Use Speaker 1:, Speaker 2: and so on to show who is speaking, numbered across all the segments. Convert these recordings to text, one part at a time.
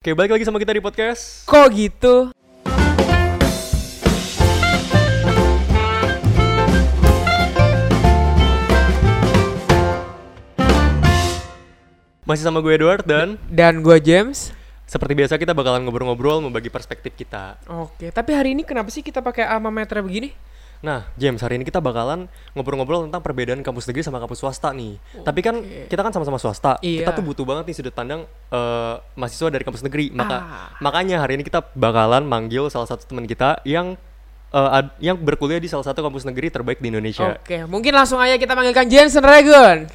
Speaker 1: Oke, balik lagi sama kita di podcast.
Speaker 2: Kok gitu?
Speaker 1: Masih sama gue Edward dan
Speaker 2: Dan gue James.
Speaker 1: seperti biasa kita bakalan ngobrol-ngobrol membagi perspektif kita.
Speaker 2: Oke, tapi hari ini kenapa sih kita pakai alma mater begini?
Speaker 1: Nah, James, hari ini kita bakalan ngobrol-ngobrol tentang perbedaan kampus negeri sama kampus swasta nih. Tapi kan kita kan sama-sama swasta.
Speaker 2: Iya.
Speaker 1: Kita tuh butuh banget nih sudut pandang eh, mahasiswa dari kampus negeri. Maka
Speaker 2: Ah.
Speaker 1: makanya hari ini kita bakalan manggil salah satu teman kita yang eh, ad- yang berkuliah di salah satu kampus negeri terbaik di Indonesia.
Speaker 2: Oke, mungkin langsung aja kita panggilkan Jensen Dragon.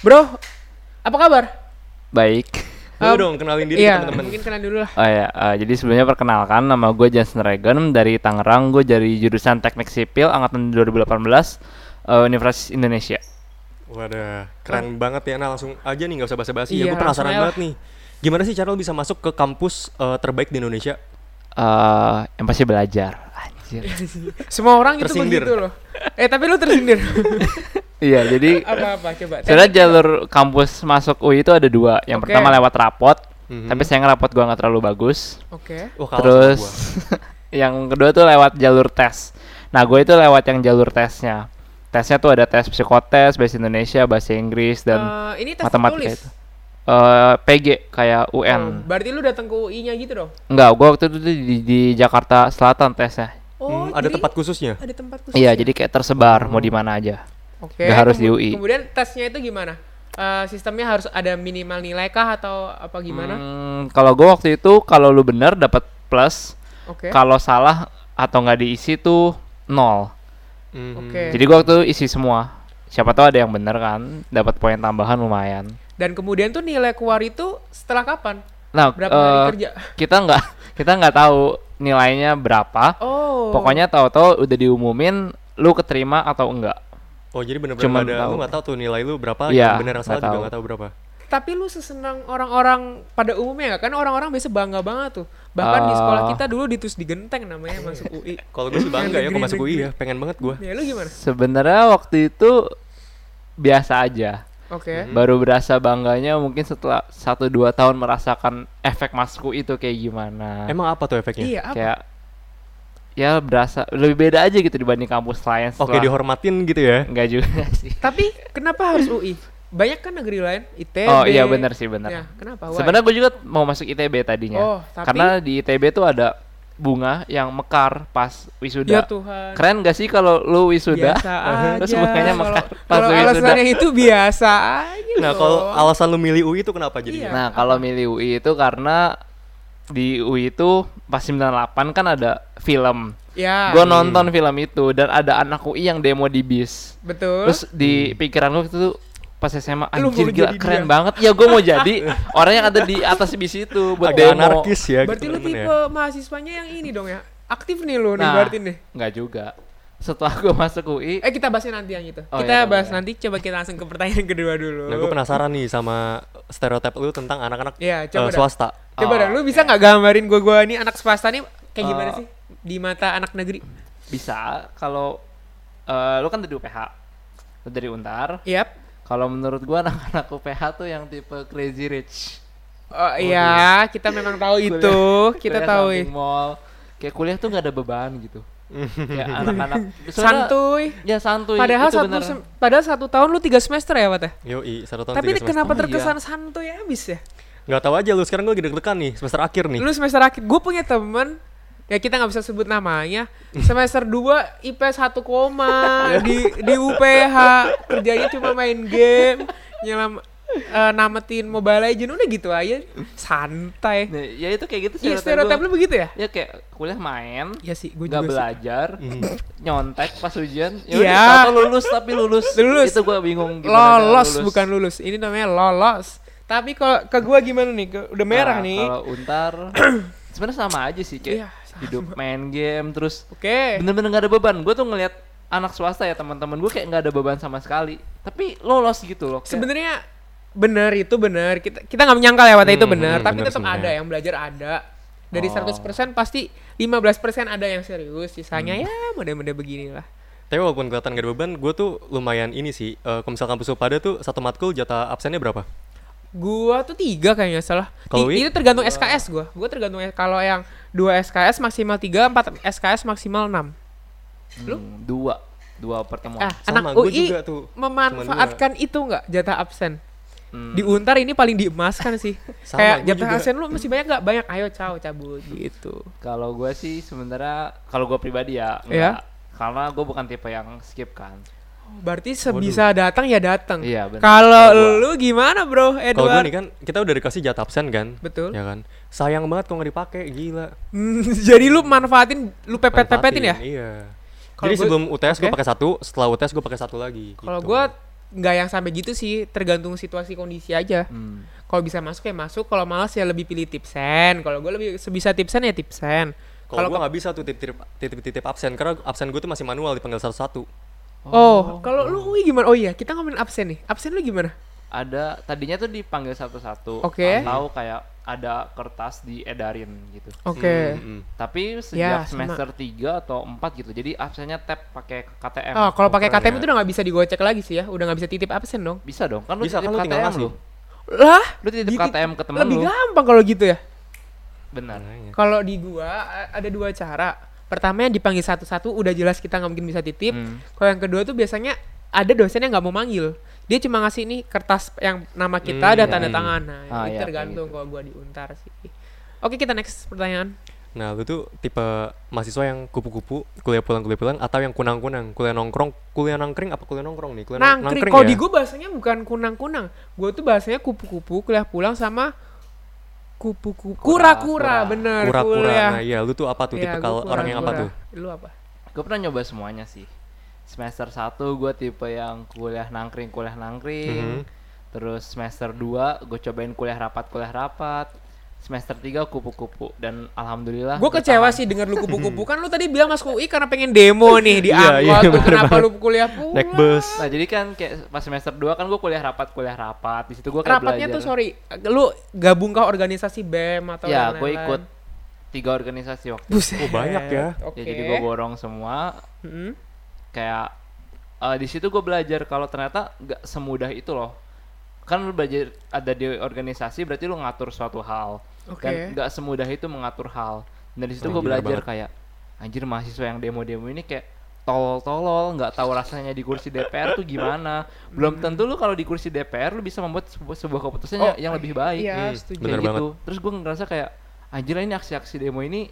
Speaker 2: Bro, apa kabar?
Speaker 3: Baik.
Speaker 1: Boleh
Speaker 2: Um,
Speaker 1: dong kenalin diri
Speaker 2: iya,
Speaker 1: ke teman-teman.
Speaker 2: mungkin kenal dulu lah.
Speaker 3: Oh ya, eh, jadi sebelumnya perkenalkan nama gue Jansen Regan dari Tangerang, gue dari jurusan Teknik Sipil angkatan 2018 eh, Universitas Indonesia.
Speaker 1: Waduh, keren banget ya. Nah langsung aja nih nggak usah basa-basi ya. Gue
Speaker 2: Iya,
Speaker 1: penasaran
Speaker 2: langsung aja
Speaker 1: banget nih. Gimana sih cara lo bisa masuk ke kampus eh, terbaik di Indonesia?
Speaker 3: Eh, yang pasti belajar. Anjir.
Speaker 2: Semua orang itu
Speaker 1: Tersindir.
Speaker 2: begitu loh. Eh, tapi lu tersindir.
Speaker 3: Iya, jadi
Speaker 2: Apa-apa coba.
Speaker 3: sebenarnya jalur kampus masuk UI itu ada dua. Yang
Speaker 2: Oke.
Speaker 3: pertama lewat rapot,
Speaker 1: Mhm.
Speaker 3: tapi sayang rapot gue nggak terlalu bagus.
Speaker 2: Oke.
Speaker 1: Wah, kalah sama
Speaker 3: Terus
Speaker 1: gua.
Speaker 3: yang kedua tuh lewat jalur tes. Nah, gue itu lewat yang jalur tesnya. Tesnya tuh ada tes psikotes, bahasa Indonesia, bahasa Inggris dan
Speaker 2: Eh, ini tes
Speaker 3: matematika
Speaker 2: tertulis.
Speaker 3: itu. Eh, PG kayak
Speaker 2: Oh,
Speaker 3: UN.
Speaker 2: berarti lu datang ke UI-nya gitu dong.
Speaker 3: Enggak, gua waktu itu tuh di, di Jakarta Selatan tesnya.
Speaker 2: Oh,
Speaker 1: Hmm, ada
Speaker 2: jadi
Speaker 1: tempat khususnya.
Speaker 2: ada tempat khusus.
Speaker 3: Iya, jadi kayak tersebar
Speaker 2: Hmm.
Speaker 3: mau di mana aja.
Speaker 2: Oke.
Speaker 3: Nggak harus di
Speaker 2: kemu-
Speaker 3: UI.
Speaker 2: Kemudian tesnya itu gimana? Eh, sistemnya harus ada minimal nilai kah atau apa gimana?
Speaker 3: Hmm, kalau gua waktu itu kalau lu bener dapat plus,
Speaker 2: Oke.
Speaker 3: kalau salah atau nggak diisi tuh nol.
Speaker 1: Mhm.
Speaker 2: Oke.
Speaker 3: Hmm, Jadi gua waktu itu isi semua. Siapa tahu ada yang bener kan, dapat poin tambahan lumayan.
Speaker 2: Dan kemudian tuh nilai keluar itu setelah kapan?
Speaker 3: Nah,
Speaker 2: Berapa hari
Speaker 3: eh,
Speaker 2: kerja?
Speaker 3: kita nggak kita nggak tahu nilainya berapa.
Speaker 2: Oh.
Speaker 3: Pokoknya tahu-tahu udah diumumin lu keterima atau enggak.
Speaker 1: Oh, jadi
Speaker 3: Cuman
Speaker 1: benar-benar ada
Speaker 3: tahu.
Speaker 1: lu nggak tahu tuh nilai lu berapa,
Speaker 3: Iya,
Speaker 1: yang benar yang
Speaker 3: nggak
Speaker 1: salah juga
Speaker 3: tahu.
Speaker 1: nggak tahu berapa.
Speaker 2: Tapi lu sesenang orang-orang pada umumnya nggak? kan orang-orang biasa bangga banget tuh. Bahkan di
Speaker 3: Ah.
Speaker 2: sekolah kita dulu ditus di genteng namanya masuk UI.
Speaker 1: Kalau gue sih bangga ya, gue
Speaker 2: Negeri,
Speaker 1: masuk UI ya,
Speaker 2: negeri.
Speaker 1: pengen banget gue.
Speaker 2: Ya lu gimana?
Speaker 3: Sebenarnya waktu itu biasa aja.
Speaker 2: Oke.
Speaker 3: Baru berasa bangganya mungkin setelah 1 2 tahun merasakan efek masku itu kayak gimana.
Speaker 1: Emang apa tuh efeknya?
Speaker 2: Iya, apa?
Speaker 3: kayak ya berasa lebih beda aja gitu dibanding kampus lain
Speaker 1: Oke,
Speaker 3: setelah
Speaker 1: dihormatin gitu ya.
Speaker 3: enggak juga sih.
Speaker 2: Tapi kenapa harus UI? Banyak kan negeri lain, ITB.
Speaker 3: Oh iya benar sih
Speaker 2: Ya,
Speaker 3: benar.
Speaker 2: kenapa? Why?
Speaker 3: Sebenarnya gue juga mau masuk ITB tadinya.
Speaker 2: Oh, tapi-
Speaker 3: Karena di ITB tuh ada bunga yang mekar pas
Speaker 2: Ya
Speaker 3: wisuda.
Speaker 2: Tuhan.
Speaker 3: Keren gak sih kalau lu wisuda?
Speaker 2: biasa
Speaker 3: Terus
Speaker 2: aja.
Speaker 3: bunganya mekar
Speaker 2: Kalau-
Speaker 3: pas
Speaker 2: kalau
Speaker 3: wisuda.
Speaker 2: alasannya itu biasa aja
Speaker 1: Nah,
Speaker 2: loh.
Speaker 1: kalau alasan lu milih UI itu kenapa jadi?
Speaker 2: Iya.
Speaker 3: Nah, kalau milih UI itu karena di UI itu pas 98 kan ada film.
Speaker 2: ya
Speaker 3: Gue nonton film itu dan ada anak UI yang demo di bis.
Speaker 2: betul
Speaker 3: Terus
Speaker 1: Hmm.
Speaker 3: di pikiran gue itu pas SMA
Speaker 2: Lu mau
Speaker 3: anjir gila
Speaker 2: jadi
Speaker 3: keren
Speaker 2: dia."
Speaker 3: banget. Ya gue mau jadi orang yang ada di atas bis itu buat
Speaker 1: Agak
Speaker 3: demo.
Speaker 1: anarkis ya.
Speaker 2: berarti
Speaker 1: gitu
Speaker 2: lu
Speaker 1: temen ya.
Speaker 2: tipe mahasiswanya yang ini dong ya aktif nih lu nih
Speaker 3: Nah,
Speaker 2: berarti nih
Speaker 3: nggak juga. Setelah gue masuk UI,
Speaker 2: eh kita bahasnya nanti yang itu
Speaker 3: Oh,
Speaker 2: kita
Speaker 3: iya,
Speaker 2: bahas
Speaker 3: boleh.
Speaker 2: nanti coba kita langsung ke pertanyaan kedua
Speaker 1: Nah,
Speaker 2: dulu
Speaker 1: gue penasaran nih sama stereotip lu tentang anak-anak
Speaker 2: Iya,
Speaker 1: eh,
Speaker 2: coba dah.
Speaker 1: swasta.
Speaker 2: coba
Speaker 3: Oh,
Speaker 2: dah lu bisa nggak gambarin gua gua nih anak swasta nih kayak gimana
Speaker 3: Eh.
Speaker 2: sih di mata anak negeri
Speaker 3: bisa kalau eh, lu kan dari UPH, lu dari Untar.
Speaker 2: yap
Speaker 3: Kalau menurut gua anak-anak UPH tuh yang tipe crazy rich.
Speaker 2: Oh iya, kita memang tahu itu, kita
Speaker 3: Kuliah
Speaker 2: tahu. ya. iya.
Speaker 3: samping mall. Kayak kuliah tuh nggak ada beban gitu. Kayak anak-anak Soalnya-
Speaker 2: Santuy.
Speaker 3: Ya santuy.
Speaker 2: Padahal
Speaker 3: itu
Speaker 2: satu,
Speaker 3: bener.
Speaker 2: sem- padahal satu tahun lu tiga semester ya, Wat ya?
Speaker 1: Yoi, satu tahun
Speaker 2: Tapi
Speaker 1: tiga semester.
Speaker 2: kenapa
Speaker 3: Iya.
Speaker 2: terkesan santuy abis ya?
Speaker 1: Nggak tahu aja lu, sekarang gue lagi deg-degan nih, semester akhir nih.
Speaker 2: Lu semester akhir, gue punya temen ya kita nggak bisa sebut namanya semester 2 IP 1 koma di di UPH kerjanya cuma main game nyelam eh, nametin Mobile Legend udah gitu aja santai
Speaker 3: Nah, ya itu kayak gitu
Speaker 2: iya
Speaker 3: stereotip
Speaker 2: stereotip lu begitu ya
Speaker 3: gua. Ya kayak kuliah main,
Speaker 2: ya sih gue
Speaker 3: nggak
Speaker 2: juga sih. Mm.
Speaker 3: belajar, nyontek pas ujian. Ya
Speaker 2: Iya.
Speaker 3: udah, tahu lulus tapi lulus.
Speaker 2: Lulus.
Speaker 3: Itu gua bingung cara
Speaker 2: lolos bukan lulus ini namanya lolos tapi kalau ke gue gimana nih Ke- udah merah
Speaker 3: Nah,
Speaker 2: nih
Speaker 3: Kalau Untar sebenarnya sama aja sih kayak
Speaker 2: Iya, sama.
Speaker 3: hidup main game terus
Speaker 2: oke
Speaker 3: bener-bener nggak ada beban gue tuh ngelihat anak swasta ya teman-teman gue kayak nggak ada beban sama sekali tapi lolos gitu loh kayak,
Speaker 2: sebenarnya benar itu benar kita kita nggak menyangkal ya waktu itu
Speaker 1: Hmm,
Speaker 2: benar
Speaker 1: hmm,
Speaker 2: tapi
Speaker 1: benar
Speaker 2: tetap ada
Speaker 1: sebenarnya.
Speaker 2: yang belajar ada dari
Speaker 3: Oh.
Speaker 2: 100% pasti 15% ada yang serius sisanya
Speaker 1: Hmm.
Speaker 2: ya mudah-mudahan beginilah
Speaker 1: Tapi walaupun kelihatan gak ada beban, gue tuh lumayan ini sih. Eh kalau misal kampus lu pada tuh satu matkul jatah absennya berapa?
Speaker 2: Gua tuh tiga kayaknya salah.
Speaker 1: Kalau
Speaker 2: Ti-
Speaker 1: Wi?
Speaker 2: itu tergantung SKS gua. Gua tergantung kalau yang dua SKS maksimal tiga, empat SKS maksimal enam. Lu?
Speaker 3: Hmm, dua dua pertemuan
Speaker 2: Ah,
Speaker 1: Sama,
Speaker 2: anak
Speaker 1: gua
Speaker 2: UI
Speaker 1: juga tuh.
Speaker 2: memanfaatkan itu nggak jatah absen?
Speaker 3: Hmm.
Speaker 2: Di Untar ini paling diemaskan sih.
Speaker 1: Sama,
Speaker 2: Kayak
Speaker 1: gua
Speaker 2: jatah
Speaker 1: juga.
Speaker 2: absen lu masih banyak nggak? Banyak. Ayo cao cabut gitu.
Speaker 3: Kalau gue sih sementara kalau gue pribadi ya,
Speaker 2: Iya.
Speaker 3: enggak. karena gue bukan tipe yang skip kan.
Speaker 2: Berarti sebisa datang ya datang.
Speaker 3: Iya, benar.
Speaker 2: Kalau
Speaker 3: Kalau gua-
Speaker 2: lu gimana, Bro?
Speaker 1: Kalau gue
Speaker 2: Edward.
Speaker 1: nih kan kita udah dikasih jatah absen kan.
Speaker 2: Eh, Betul.
Speaker 1: Ya kan. Sayang banget kalau nggak dipakai, gila.
Speaker 2: Hmm, Jadi lu manfaatin, lu pepet-pepetin ya?
Speaker 1: Iya.
Speaker 2: Kalau
Speaker 1: Jadi
Speaker 2: gua-
Speaker 1: sebelum UTS gue
Speaker 2: oke.
Speaker 1: pakai satu, setelah UTS gue pakai satu lagi.
Speaker 2: Kalau
Speaker 1: gitu.
Speaker 2: gua nggak yang sampai gitu sih, tergantung situasi kondisi aja.
Speaker 3: Hmm.
Speaker 2: Kalau bisa masuk ya masuk, kalau males ya lebih pilih tipsen. Kalau gua lebih sebisa tipsen ya tipsen.
Speaker 1: kalau
Speaker 2: Kalau
Speaker 1: gue nggak bisa tuh titip titip titip absen karena absen gue tuh masih manual dipanggil satu satu.
Speaker 2: Oh, kalau lu UI gimana? Oh iya, kita ngomongin absen nih. Absen lu gimana?
Speaker 3: Ada tadinya tuh dipanggil satu-satu
Speaker 2: Oke.
Speaker 3: atau kayak ada kertas diedarin gitu.
Speaker 2: Oke.
Speaker 3: Tapi
Speaker 2: Oh. Ya,
Speaker 3: sejak
Speaker 2: sama.
Speaker 3: semester 3 atau 4 gitu. Jadi absennya tap pakai KTM.
Speaker 2: Oh, kalau pakai
Speaker 3: Ukurannya.
Speaker 2: KTM itu udah nggak bisa digocek lagi sih ya, udah nggak bisa titip absen dong.
Speaker 3: bisa dong. Kan lu
Speaker 1: Bisa, kan
Speaker 3: titip
Speaker 1: lu tinggal
Speaker 3: KTM
Speaker 1: ngasih.
Speaker 3: lu.
Speaker 2: Lah,
Speaker 3: Lu titip
Speaker 2: dikit-
Speaker 3: KTM ke temen
Speaker 2: lebih
Speaker 3: lu.
Speaker 2: gampang kalau gitu ya.
Speaker 3: Benar.
Speaker 1: Iya.
Speaker 2: Kalau di gua a- ada dua cara. Pertama yang dipanggil satu-satu udah jelas kita nggak mungkin bisa titip.
Speaker 3: Hmm.
Speaker 2: Kalau yang kedua tuh biasanya ada dosen yang nggak mau manggil. Dia cuma ngasih nih kertas yang nama kita
Speaker 1: Hmm,
Speaker 2: ada
Speaker 3: iya.
Speaker 2: tanda tangan. Nah, itu
Speaker 3: Ah, iya, kayak
Speaker 2: tergantung
Speaker 3: gitu.
Speaker 2: kalau gua diuntar sih. Oke, kita next pertanyaan.
Speaker 1: Nah lu tuh tipe mahasiswa yang kupu-kupu kuliah pulang kuliah pulang atau yang kunang-kunang kuliah nongkrong kuliah nangkring apa kuliah nongkrong nih kuliah ya? nong-
Speaker 2: Nangkring. Kalau di gua bahasanya bukan kunang-kunang. Gua tuh bahasanya kupu-kupu, kuliah pulang sama kupu-kupu. Kura-kura,
Speaker 3: Kura-kura.
Speaker 2: bener.
Speaker 1: kura-kura
Speaker 2: kuliah.
Speaker 1: nah iya lu tuh apa tuh
Speaker 2: Iya,
Speaker 1: tipe
Speaker 2: gua
Speaker 1: kalau orang yang apa
Speaker 2: kura-kura.
Speaker 1: tuh
Speaker 2: Lu apa?
Speaker 3: Gue pernah nyoba semuanya sih. Semester 1 gue tipe yang kuliah nangkring, kuliah nangkring.
Speaker 1: Mhm.
Speaker 3: Terus semester 2 gue cobain kuliah rapat, kuliah rapat. Semester 3 kupu-kupu dan alhamdulillah.
Speaker 2: Gue
Speaker 3: gua
Speaker 2: kecewa
Speaker 3: tahan. Hmm.
Speaker 2: sih denger lu kupu-kupu kan lu tadi bilang Mas UI karena pengen demo nih di
Speaker 1: Iya, iya,
Speaker 2: angkot. Lu
Speaker 1: bener
Speaker 2: kenapa
Speaker 1: banget.
Speaker 2: lu kuliah pulang?
Speaker 1: naik bus
Speaker 3: Nah, jadi kan kayak pas semester 2 kan gue kuliah rapat, kuliah rapat. Di situ gue kayak
Speaker 2: Rapatnya tuh sorry,
Speaker 3: belajar.
Speaker 2: lu gabung ke organisasi BEM atau
Speaker 3: Ya,
Speaker 2: lain-lain?
Speaker 3: gue ikut tiga organisasi waktu.
Speaker 2: Buset.
Speaker 1: Oh, banyak ya.
Speaker 2: Oke. Hmm?
Speaker 3: Ya, jadi gue borong semua
Speaker 2: Mm-mm.
Speaker 3: kayak eh, di situ gue belajar kalau ternyata nggak semudah itu loh kan lu belajar ada di organisasi berarti lu ngatur suatu hal
Speaker 2: Oke.
Speaker 3: dan nggak semudah itu mengatur hal dan di situ
Speaker 1: Oh,
Speaker 3: gue
Speaker 1: gila
Speaker 3: belajar
Speaker 1: banget.
Speaker 3: kayak anjir mahasiswa yang demo-demo ini kayak tolol-tolol nggak tahu rasanya di kursi DPR tuh gimana belum tentu lu kalau di kursi DPR lu bisa membuat sebu- sebuah keputusan
Speaker 2: Hmm. Oh,
Speaker 3: yang lebih baik
Speaker 2: Iya,
Speaker 1: Hmm,
Speaker 2: setuju.
Speaker 1: bener
Speaker 3: Kayak
Speaker 1: banget.
Speaker 3: gitu. Terus gue ngerasa kayak anjir lah ini aksi-aksi demo ini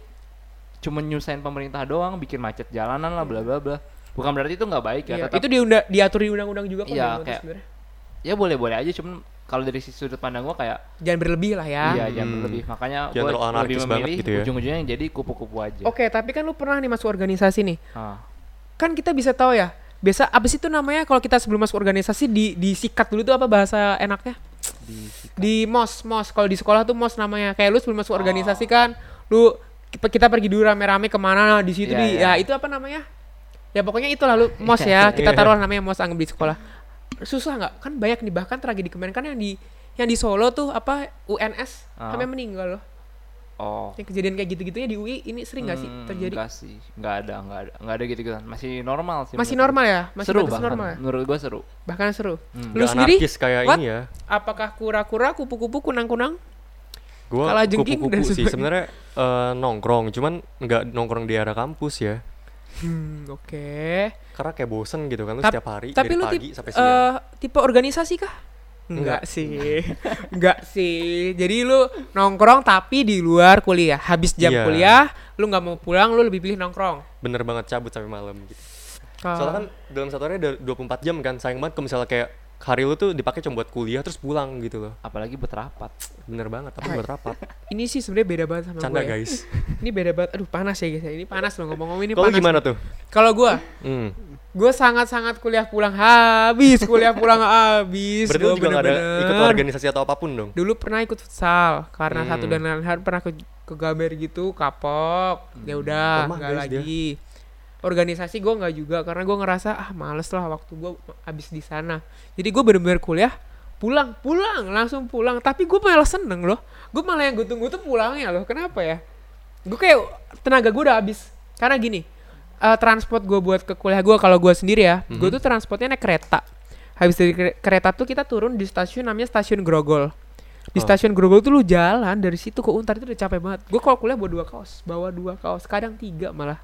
Speaker 3: cuma nyusahin pemerintah doang, bikin macet jalanan lah bla bla bla. Bukan berarti itu nggak baik ya,
Speaker 2: Iya,
Speaker 3: tetap-
Speaker 2: itu diunda, diatur di undang-undang juga kok
Speaker 3: Iya,
Speaker 2: demo tuh
Speaker 3: kayak-
Speaker 2: sebenarnya.
Speaker 3: ya boleh-boleh aja cuman kalau dari sisi sudut pandang gua kayak
Speaker 2: Jangan berlebih lah ya.
Speaker 3: iya jangan
Speaker 1: Hmm.
Speaker 3: berlebih. Makanya
Speaker 1: Jangan
Speaker 3: gue
Speaker 1: terlalu
Speaker 3: lebih
Speaker 1: anarkis banget
Speaker 3: memilih
Speaker 1: gitu ya.
Speaker 3: ujung-ujungnya yang jadi kupu-kupu aja.
Speaker 2: Oke, tapi kan lu pernah nih masuk organisasi nih.
Speaker 3: Ah.
Speaker 2: Kan kita bisa tahu ya, biasa apa sih itu namanya kalau kita sebelum masuk organisasi di disikat dulu tuh apa bahasa enaknya?
Speaker 3: Di
Speaker 2: di mos mos kalau di sekolah tuh mos namanya kayak lu sebelum masuk
Speaker 3: Oh.
Speaker 2: organisasi kan lu ki- kita pergi dulu rame-rame kemana nah, di situ
Speaker 3: Iya,
Speaker 2: di ya
Speaker 3: iya.
Speaker 2: itu apa namanya ya pokoknya itu lalu mos ya kita taruh namanya mos anggap di sekolah susah nggak kan banyak nih bahkan tragedi kemarin kan yang di yang di Solo tuh apa UNS
Speaker 3: Ah.
Speaker 2: sampai meninggal loh
Speaker 3: oh.
Speaker 2: yang kejadian kayak gitu-gitunya di UI ini sering nggak sih
Speaker 3: Hmm,
Speaker 2: terjadi
Speaker 3: Nggak sih, nggak ada, nggak ada, nggak ada gitu-gituan. Masih normal sih.
Speaker 2: masih
Speaker 3: menurut gua.
Speaker 2: normal ya masih
Speaker 3: seru
Speaker 2: batas
Speaker 3: bahkan.
Speaker 2: normal ya?
Speaker 3: Menurut gua seru.
Speaker 2: bahkan seru lu
Speaker 1: Hmm, Nggak
Speaker 2: sendiri
Speaker 1: anarkis kayak
Speaker 2: what?
Speaker 1: ini ya
Speaker 2: apakah kura-kura kupu-kupu kunang-kunang
Speaker 1: gue
Speaker 2: Kalah jengking dan
Speaker 1: kupu-kupu sih
Speaker 2: sebagainya.
Speaker 1: sebenarnya eh, nongkrong cuman nggak nongkrong di area kampus ya
Speaker 2: hmm oke
Speaker 1: karena kayak bosen gitu kan lu
Speaker 2: Tap-
Speaker 1: setiap hari
Speaker 2: tapi
Speaker 1: dari
Speaker 2: lu
Speaker 1: pagi
Speaker 2: tip-
Speaker 1: sampai siang
Speaker 2: eh, tipe organisasi kah?
Speaker 1: Enggak.
Speaker 2: Enggak sih. Enggak sih. Jadi lu nongkrong tapi di luar kuliah. Habis jam
Speaker 1: Iya.
Speaker 2: kuliah, lu nggak mau pulang, lu lebih pilih nongkrong.
Speaker 1: bener banget cabut sampai malam gitu
Speaker 2: Ah,
Speaker 1: Soalnya kan dalam satu hari ada 24 jam kan sayang banget kalau misalnya kayak hari lu tuh dipakai cuma buat kuliah terus pulang gitu loh.
Speaker 3: Apalagi buat rapat.
Speaker 1: Bener banget tapi buat rapat.
Speaker 2: ini sih sebenarnya beda banget sama
Speaker 1: Canda
Speaker 2: gue. ya.
Speaker 1: guys.
Speaker 2: Ini beda banget. Aduh, panas ya guys. ya. Ini panas loh ngomong-ngomong ini
Speaker 1: Kalau
Speaker 2: panas.
Speaker 1: gimana tuh?
Speaker 2: Kalau gua,
Speaker 1: Hmm.
Speaker 2: gua sangat-sangat kuliah pulang habis, kuliah pulang habis.
Speaker 1: Berarti lu
Speaker 2: Gua
Speaker 1: juga gak ada ikut
Speaker 2: bener-bener-
Speaker 1: organisasi atau apapun dong.
Speaker 2: Dulu pernah ikut futsal karena satu
Speaker 1: Hmm.
Speaker 2: dan lain hal pernah ke kegaber gitu kapok. Ya
Speaker 1: Hmm.
Speaker 2: udah
Speaker 1: Lemah
Speaker 2: nggak
Speaker 1: guys dia.
Speaker 2: lagi. Organisasi gue nggak juga karena gue ngerasa ah males lah waktu gue habis di sana. Jadi gue bener-bener kuliah pulang pulang langsung pulang tapi gue malah seneng loh gue malah yang gue tunggu tuh pulangnya loh kenapa ya gue kayak tenaga gue udah habis karena gini eh, transport gue buat ke kuliah gue kalau gue sendiri ya
Speaker 1: Mhm.
Speaker 2: gue tuh transportnya naik kereta habis dari kere- kereta tuh kita turun di stasiun namanya stasiun Grogol
Speaker 1: Oh.
Speaker 2: di stasiun Grogol tuh lu jalan dari situ ke Untar itu udah capek banget gue kalau kuliah bawa dua kaos bawa dua kaos kadang tiga malah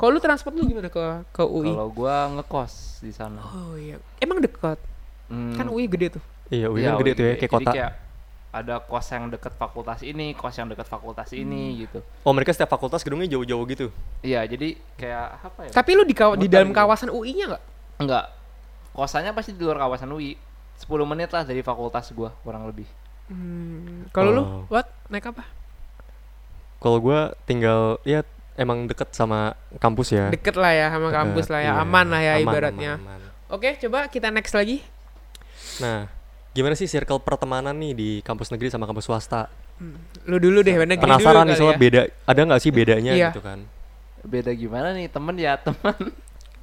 Speaker 2: kalau lu transport lu gimana ke ke UI
Speaker 3: Kalau gua ngekos di sana.
Speaker 2: oh iya emang dekat
Speaker 3: Hmm,
Speaker 2: kan UI gede tuh
Speaker 1: Iya, UI
Speaker 3: iya,
Speaker 1: kan gede
Speaker 3: UI.
Speaker 1: tuh ya, kayak
Speaker 3: Jadi
Speaker 1: kota.
Speaker 3: ada kos yang deket fakultas ini, kos yang deket fakultas ini gitu.
Speaker 1: Oh, mereka setiap fakultas gedungnya jauh-jauh gitu.
Speaker 3: Iya, jadi kayak apa ya?
Speaker 2: tapi lu di kawa- di
Speaker 3: Muter
Speaker 2: dalam
Speaker 3: gitu.
Speaker 2: kawasan UI-nya nggak
Speaker 3: Enggak. Kosannya pasti di luar kawasan UI. 10 menit lah dari fakultas gua kurang lebih.
Speaker 2: Hmm, kalau lu
Speaker 1: Oh.
Speaker 2: what naik apa
Speaker 1: Kalau gua tinggal ya emang deket sama kampus ya.
Speaker 2: deket lah ya sama kampus
Speaker 1: Deket,
Speaker 2: lah
Speaker 1: iya,
Speaker 2: ya aman lah ya
Speaker 1: aman,
Speaker 2: ibaratnya
Speaker 1: aman, aman.
Speaker 2: oke coba kita next lagi
Speaker 1: Nah, gimana sih circle pertemanan nih di kampus negeri sama kampus swasta?
Speaker 2: lu dulu deh negeri dulu
Speaker 1: Penasaran nih
Speaker 2: kali
Speaker 1: soalnya
Speaker 2: ya.
Speaker 1: beda ada nggak sih bedanya
Speaker 2: Iya.
Speaker 1: gitu kan?
Speaker 3: Beda gimana nih, temen ya, teman.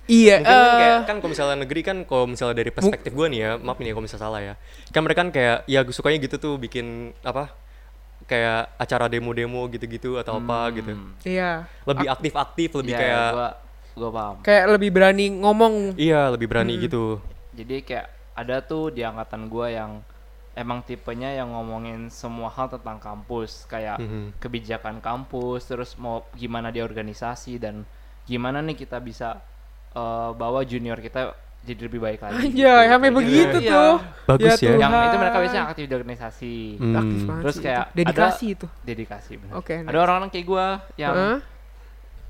Speaker 2: iya
Speaker 1: Mungkin kan kayak-
Speaker 2: eh,
Speaker 1: kan kalau misalnya negeri kan kalau misalnya dari perspektif gue nih ya, maaf nih kalau misalnya salah ya. Kan mereka kan kayak ya gue sukanya gitu tuh bikin apa kayak acara demo-demo gitu-gitu atau apa gitu.
Speaker 2: iya
Speaker 1: Lebih aktif-aktif, lebih
Speaker 3: Iya,
Speaker 1: kayak
Speaker 3: gua gua paham.
Speaker 2: kayak lebih berani ngomong
Speaker 1: iya, lebih berani
Speaker 2: Hmm.
Speaker 1: gitu.
Speaker 2: Ya
Speaker 3: Jadi kayak ada tuh di angkatan gua yang emang tipenya yang ngomongin semua hal tentang kampus, kayak
Speaker 1: Mhm.
Speaker 3: kebijakan kampus, terus mau gimana dia organisasi dan gimana nih kita bisa eh, bawa junior kita jadi lebih baik
Speaker 2: Anjay,
Speaker 3: lagi. gitu.
Speaker 2: sampai
Speaker 3: Kayak
Speaker 2: begitu
Speaker 3: gitu.
Speaker 2: tuh.
Speaker 1: Bagus ya.
Speaker 3: Yang itu mereka
Speaker 2: Tuhan.
Speaker 3: biasanya aktif di organisasi.
Speaker 1: Hmm.
Speaker 2: Aktif banget
Speaker 3: Terus
Speaker 2: sih
Speaker 3: kayak
Speaker 2: itu. dedikasi itu.
Speaker 3: Dedikasi benar.
Speaker 2: Oke,
Speaker 3: ada
Speaker 2: next.
Speaker 3: orang-orang kayak gua yang
Speaker 2: Heeh.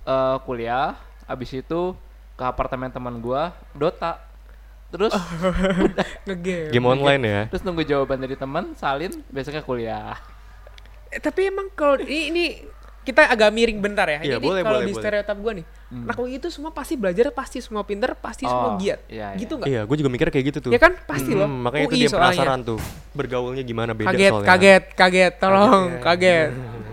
Speaker 3: eh, kuliah, abis itu ke apartemen teman gua, Dota. Terus
Speaker 2: Oh. Ngegame.
Speaker 1: Game online ya.
Speaker 3: terus nunggu jawaban dari teman, salin, besoknya kuliah.
Speaker 2: Eh, tapi emang kalau ini, ini kita agak miring bentar ya.
Speaker 1: Iya,
Speaker 2: ini
Speaker 1: boleh,
Speaker 2: kalau
Speaker 1: boleh,
Speaker 2: di
Speaker 1: boleh. Hmm.
Speaker 2: stereotip gue nih, anak UI itu semua pasti belajar, pasti semua pinter, pasti semua
Speaker 3: Oh,
Speaker 2: giat.
Speaker 3: iya, iya.
Speaker 2: Gitu nggak?
Speaker 1: Iya, gue juga mikir kayak gitu tuh.
Speaker 2: Ya kan pasti loh.
Speaker 1: Hmm, makanya itu
Speaker 2: UI
Speaker 1: dia
Speaker 2: soalnya.
Speaker 1: penasaran tuh. Bergaulnya gimana beda
Speaker 2: Kaget,
Speaker 1: soalnya. iya.
Speaker 2: kaget, kaget. Tolong, kaget.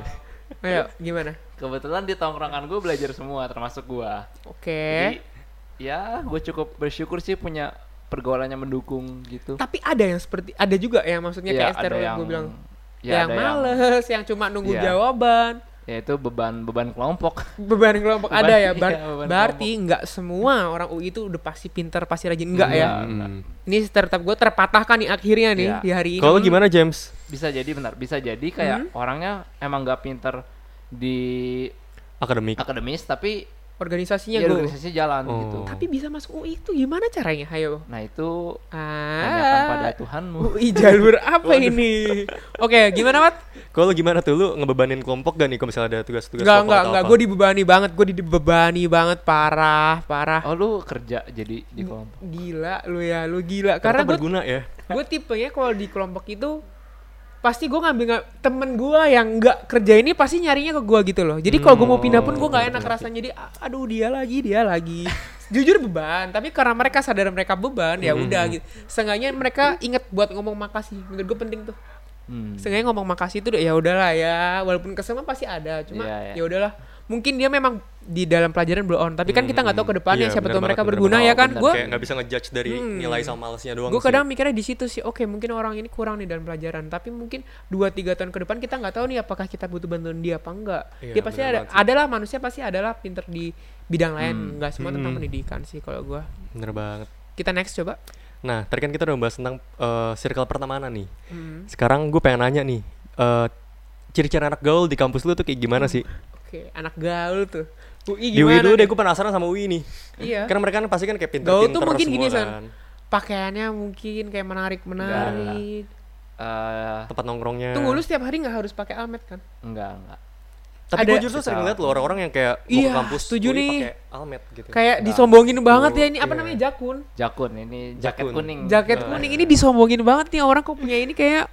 Speaker 2: Ayo, gimana?
Speaker 3: Kebetulan di tongkrongan gue belajar semua, termasuk gua.
Speaker 2: Oke.
Speaker 3: Jadi, ya gue cukup bersyukur sih punya pergaulannya mendukung gitu.
Speaker 2: Tapi ada yang seperti ada juga yang maksudnya
Speaker 3: Iya,
Speaker 2: kayak stereotip gue bilang
Speaker 3: ya,
Speaker 2: yang
Speaker 3: ada
Speaker 2: males, yang cuma nunggu
Speaker 3: Iya.
Speaker 2: jawaban.
Speaker 3: ya itu beban beban kelompok.
Speaker 2: beban kelompok
Speaker 3: Beban-
Speaker 2: ada ya bar-
Speaker 3: iya, beban
Speaker 2: berarti nggak semua orang UI itu udah pasti pintar pasti rajin enggak ya
Speaker 3: Enggak.
Speaker 1: Hmm.
Speaker 2: ini tetap gue terpatahkan kan nih akhirnya nih
Speaker 3: Iya.
Speaker 2: di hari ini
Speaker 1: Kalau lu gimana James?
Speaker 3: Bisa jadi benar, bisa jadi
Speaker 2: Hmm.
Speaker 3: kayak orangnya emang nggak pinter di
Speaker 1: Akademik.
Speaker 3: akademis tapi
Speaker 2: organisasinya
Speaker 3: ya
Speaker 2: gue
Speaker 3: organisasi jalan
Speaker 1: Oh.
Speaker 3: gitu.
Speaker 2: tapi bisa masuk UI itu gimana caranya ayo
Speaker 3: Nah itu tanyakan pada
Speaker 2: ah
Speaker 3: Tuhanmu.
Speaker 2: UI jalur apa ini oke gimana Mat?
Speaker 1: Kalau lu gimana tuh lu ngebebanin kelompok gak nih kalau misalnya ada tugas-tugas
Speaker 2: nggak
Speaker 1: kelompok
Speaker 2: nggak
Speaker 1: atau
Speaker 2: nggak
Speaker 1: apa?
Speaker 2: gue dibebani banget gue dibebani banget parah parah
Speaker 3: Oh lu kerja jadi
Speaker 2: Iya.
Speaker 3: di kelompok.
Speaker 2: gila lu ya lu gila
Speaker 1: Ternyata
Speaker 2: karena gue
Speaker 1: berguna ya.
Speaker 2: gue tipenya kalau di kelompok itu pasti gue ngambil nga- temen gue yang nggak kerja ini pasti nyarinya ke gue gitu loh jadi kalau gue mau pindah pun gue nggak
Speaker 1: Hmm,
Speaker 2: enak rasanya jadi "A- aduh dia lagi dia lagi jujur beban tapi karena mereka sadar mereka beban
Speaker 1: Hmm.
Speaker 2: ya udah gitu seenggaknya mereka inget buat ngomong makasih menurut gue penting tuh
Speaker 3: Hmm.
Speaker 2: seenggaknya ngomong makasih itu udah- ya udahlah ya walaupun kesel mah pasti ada cuma
Speaker 3: Iya, iya.
Speaker 2: ya udahlah mungkin dia memang di dalam pelajaran belum on tapi kan kita nggak tahu ke depannya
Speaker 1: Iya,
Speaker 2: siapa
Speaker 1: bener
Speaker 2: tahu
Speaker 1: banget,
Speaker 2: mereka
Speaker 1: bener
Speaker 2: berguna
Speaker 1: banget.
Speaker 2: ya kan
Speaker 3: Bener.
Speaker 2: gue
Speaker 1: kayak nggak bisa ngejudge dari nilai sama malesnya doang
Speaker 2: gue
Speaker 1: sih.
Speaker 2: kadang mikirnya di situ sih oke mungkin orang ini kurang nih dalam pelajaran tapi mungkin 2-3 tahun ke depan kita nggak tahu nih apakah kita butuh bantuan dia apa enggak
Speaker 1: Iya,
Speaker 2: dia pasti
Speaker 1: bener
Speaker 2: ada
Speaker 1: banget sih.
Speaker 2: adalah manusia pasti adalah pinter di bidang lain nggak semua tentang
Speaker 1: Hmm.
Speaker 2: pendidikan sih kalau gua
Speaker 1: bener banget
Speaker 2: kita next coba
Speaker 1: nah tadi kan kita udah bahas tentang eh, circle pertemanan nih
Speaker 2: Hmm.
Speaker 1: sekarang gue pengen nanya nih eh, ciri-ciri anak gaul di kampus lu tuh kayak gimana sih
Speaker 2: oke anak gaul tuh UI
Speaker 1: di UI
Speaker 2: gimana
Speaker 1: dulu deh
Speaker 2: nih?
Speaker 1: gue penasaran sama UI nih
Speaker 2: iya
Speaker 1: karena mereka kan pasti kan kayak pinter-pinter
Speaker 2: gaul tuh mungkin
Speaker 1: semua
Speaker 2: gini san
Speaker 1: kan
Speaker 2: pakaiannya mungkin kayak menarik menarik
Speaker 3: Eh,
Speaker 1: tempat nongkrongnya
Speaker 2: tunggu lu setiap hari nggak harus pakai almet kan
Speaker 3: enggak enggak.
Speaker 1: tapi
Speaker 2: ada-
Speaker 1: gue justru sering lihat loh orang-orang yang kayak mau
Speaker 2: Iya,
Speaker 1: ke kampus
Speaker 2: setuju
Speaker 1: UI
Speaker 2: nih.
Speaker 1: pakai almet gitu
Speaker 2: kayak
Speaker 3: Nggak.
Speaker 2: disombongin banget ya ini apa
Speaker 1: Iya.
Speaker 2: namanya jakun
Speaker 3: Jakun ini jaket
Speaker 1: Jakun.
Speaker 3: kuning.
Speaker 2: jaket
Speaker 1: Nah.
Speaker 2: kuning ini disombongin banget nih orang kok punya ini kayak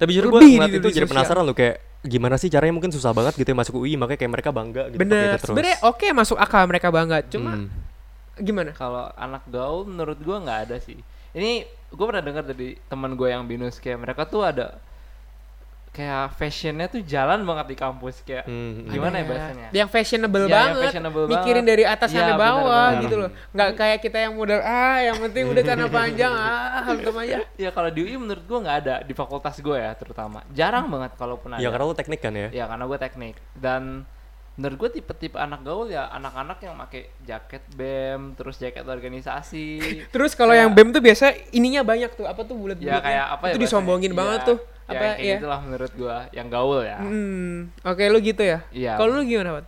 Speaker 1: tapi justru gue
Speaker 2: Lebih gitu ya. di
Speaker 1: ngeliat itu
Speaker 2: dunia
Speaker 1: jadi
Speaker 2: sosial.
Speaker 1: penasaran gitu, loh kayak gimana sih caranya mungkin susah banget gitu ya masuk UI makanya kayak mereka bangga gitu pakai
Speaker 2: Bener,
Speaker 1: itu terus.
Speaker 2: sebenernya oke masuk akal mereka bangga, cuma
Speaker 1: Hmm.
Speaker 2: gimana?
Speaker 3: Kalau anak gaul menurut gua nggak ada sih. Ini gua pernah dengar dari teman gua yang binus kayak mereka tuh ada kayak fashionnya tuh jalan banget di kampus kayak
Speaker 1: Hmm, hmm.
Speaker 2: Iya.
Speaker 3: gimana ya bahasanya?
Speaker 2: Yang fashionable
Speaker 3: Iya, yang
Speaker 2: banget,
Speaker 3: fashionable
Speaker 2: mikirin
Speaker 3: banget.
Speaker 2: dari atas
Speaker 3: Iya,
Speaker 2: sampai
Speaker 3: bener,
Speaker 2: bawah
Speaker 3: bener.
Speaker 2: gitu loh. Nggak kayak kita yang modal ah yang penting udah celana panjang ah hantam aja.
Speaker 3: Ya kalau di UI menurut gua nggak ada di fakultas gua ya terutama. Jarang banget kalaupun ada.
Speaker 1: ya karena lu teknik kan ya
Speaker 2: Iya.
Speaker 3: Ya, karena gue teknik dan menurut gue tipe-tipe anak gaul ya anak-anak yang pakai jaket bem terus jaket organisasi
Speaker 2: Terus kalau yang BEM tuh biasa ininya banyak tuh, apa tuh bulat
Speaker 3: ya Iya. kayak apa ya
Speaker 2: Iya, Itu
Speaker 3: bahasanya?
Speaker 2: disombongin
Speaker 3: Iya,
Speaker 2: banget tuh.
Speaker 3: ya
Speaker 2: apa
Speaker 3: kayak
Speaker 2: ya?
Speaker 3: gitulah menurut gua yang gaul ya
Speaker 2: Hmm, oke lu gitu ya.
Speaker 3: Iya.
Speaker 2: Kalau lu gimana, Pat?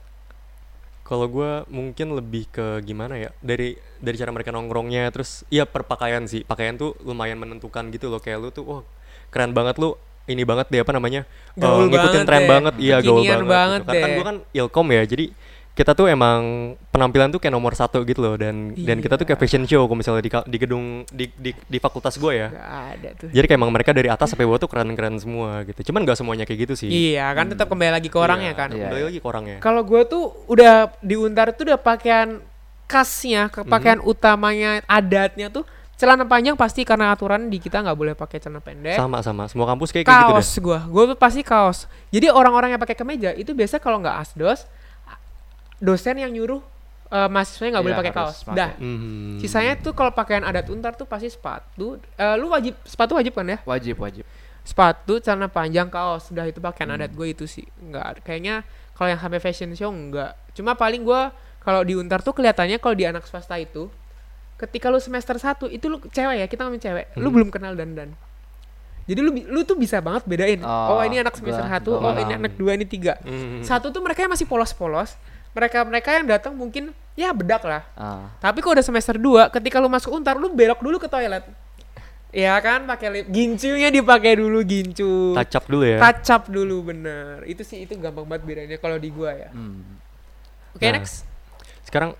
Speaker 1: Kalau gua mungkin lebih ke gimana ya dari dari cara mereka nongkrongnya terus iya perpakaian sih pakaian tuh lumayan menentukan gitu loh kayak lu tuh wah keren banget lu ini banget deh apa namanya eh,
Speaker 2: Gaul
Speaker 1: ngikutin
Speaker 2: banget
Speaker 1: tren
Speaker 2: deh,
Speaker 1: banget iya gaul
Speaker 2: kekinian
Speaker 1: banget,
Speaker 2: banget
Speaker 1: gitu. karena kan
Speaker 2: deh.
Speaker 1: gua kan ilkom ya jadi kita tuh emang penampilan tuh kayak nomor satu gitu loh dan dan
Speaker 2: Iya.
Speaker 1: kita tuh kayak fashion show kalau misalnya di, ka- di gedung di, di di fakultas gua ya
Speaker 2: Gak ada tuh.
Speaker 1: jadi kayak emang mereka dari atas sampai bawah tuh keren-keren semua gitu cuman gak semuanya kayak gitu sih
Speaker 2: Iya, kan tetap kembali lagi ke orangnya
Speaker 1: Iya,
Speaker 2: kan.
Speaker 3: Iya.
Speaker 1: kembali lagi ke orangnya
Speaker 2: Kalau gue tuh udah diuntar tuh udah pakaian khasnya, ke pakaian
Speaker 1: Mhm.
Speaker 2: utamanya, adatnya tuh celana panjang pasti karena aturan di kita nggak boleh pakai celana pendek.
Speaker 1: sama sama semua kampus kayak kayak gitu deh
Speaker 2: eh? kaos gua gue tuh pasti kaos jadi orang-orang yang pakai kemeja itu biasa kalau nggak asdos dosen yang nyuruh eh, mahasiswanya nggak boleh
Speaker 3: Iya,
Speaker 2: pakai
Speaker 3: harus
Speaker 2: kaos
Speaker 3: pakai.
Speaker 2: dah
Speaker 1: Mhm.
Speaker 2: sisanya tuh kalau pakaian adat untar tuh pasti sepatu Eh, lu wajib sepatu wajib kan ya
Speaker 3: wajib wajib
Speaker 2: sepatu celana panjang kaos udah itu pakaian
Speaker 3: Hmm.
Speaker 2: adat gue itu sih nggak kayaknya kalau yang sampai fashion show nggak cuma paling gua kalau di untar tuh kelihatannya kalau di anak swasta itu ketika lu semester 1 itu lu cewek ya kita ngomongin cewek
Speaker 3: Hmm.
Speaker 2: lu belum kenal dandan jadi lu bi- lu tuh bisa banget bedain oh,
Speaker 3: Oh,
Speaker 2: ini anak semester
Speaker 3: gua-
Speaker 2: 1
Speaker 3: gua
Speaker 2: oh ini
Speaker 3: paham. Hmm.
Speaker 2: anak 2 ini 3
Speaker 1: Mhm.
Speaker 2: satu tuh mereka yang masih polos-polos mereka mereka yang datang mungkin ya bedak lah
Speaker 3: ah
Speaker 2: tapi kalau udah semester 2, ketika lu masuk untar, lu belok dulu ke toilet. Ya kan, pakai lip. Gincunya dipakai dulu gincu.
Speaker 1: touch up dulu ya.
Speaker 2: Tacap dulu bener. Itu sih itu gampang banget bedanya kalau di gua ya.
Speaker 3: hmm.
Speaker 2: Oke,
Speaker 1: Nah.
Speaker 2: next.
Speaker 1: Sekarang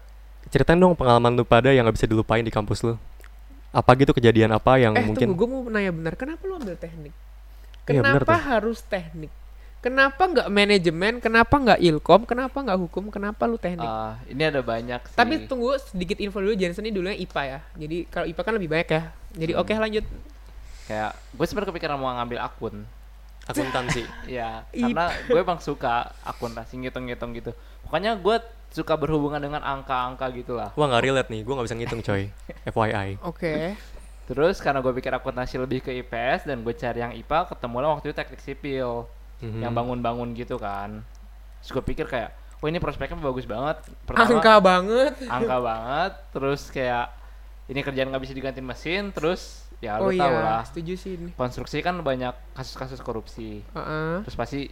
Speaker 1: ceritain dong pengalaman lu pada yang nggak bisa dilupain di kampus lu. Apa gitu kejadian apa yang
Speaker 2: Eh,
Speaker 1: mungkin
Speaker 2: tunggu gua mau nanya bener. Kenapa lu ambil teknik?
Speaker 1: Iya, bener
Speaker 2: Kenapa
Speaker 1: tuh.
Speaker 2: harus teknik? Kenapa nggak manajemen? Kenapa nggak ilkom? Kenapa nggak hukum? Kenapa lu teknik?
Speaker 3: Ah, ini ada banyak sih
Speaker 2: Tapi tunggu sedikit info dulu Jensen ini dulunya IPA ya. Jadi kalau IPA kan lebih banyak ya. Jadi oke
Speaker 1: Hmm.
Speaker 2: lanjut.
Speaker 3: kayak gue sebenarnya kepikiran mau ngambil akun
Speaker 1: akuntansi?
Speaker 3: Iya,
Speaker 2: Ip.
Speaker 3: karena gue emang suka akuntansi ngitung-ngitung gitu. Pokoknya gue suka berhubungan dengan angka-angka gitu lah.
Speaker 1: Wah nggak relate nih, gua nggak bisa ngitung coy. FYI.
Speaker 2: Oke.
Speaker 3: Terus karena gue pikir akuntansi lebih ke IPS dan gue cari yang IPA, ketemulah waktu itu teknik sipil.
Speaker 1: Mhm.
Speaker 3: Yang bangun-bangun gitu kan. Terus gue pikir kayak, wah ini prospeknya bagus banget.
Speaker 2: Angka banget.
Speaker 3: angka banget. Terus kayak, ini kerjaan nggak bisa digantiin mesin. Terus
Speaker 1: Ah,
Speaker 3: ya
Speaker 2: oh
Speaker 3: lu
Speaker 2: iya,
Speaker 3: tau lah.
Speaker 2: setuju sih ini.
Speaker 3: Konstruksi kan banyak kasus-kasus korupsi.
Speaker 2: Heeh.
Speaker 3: Terus pasti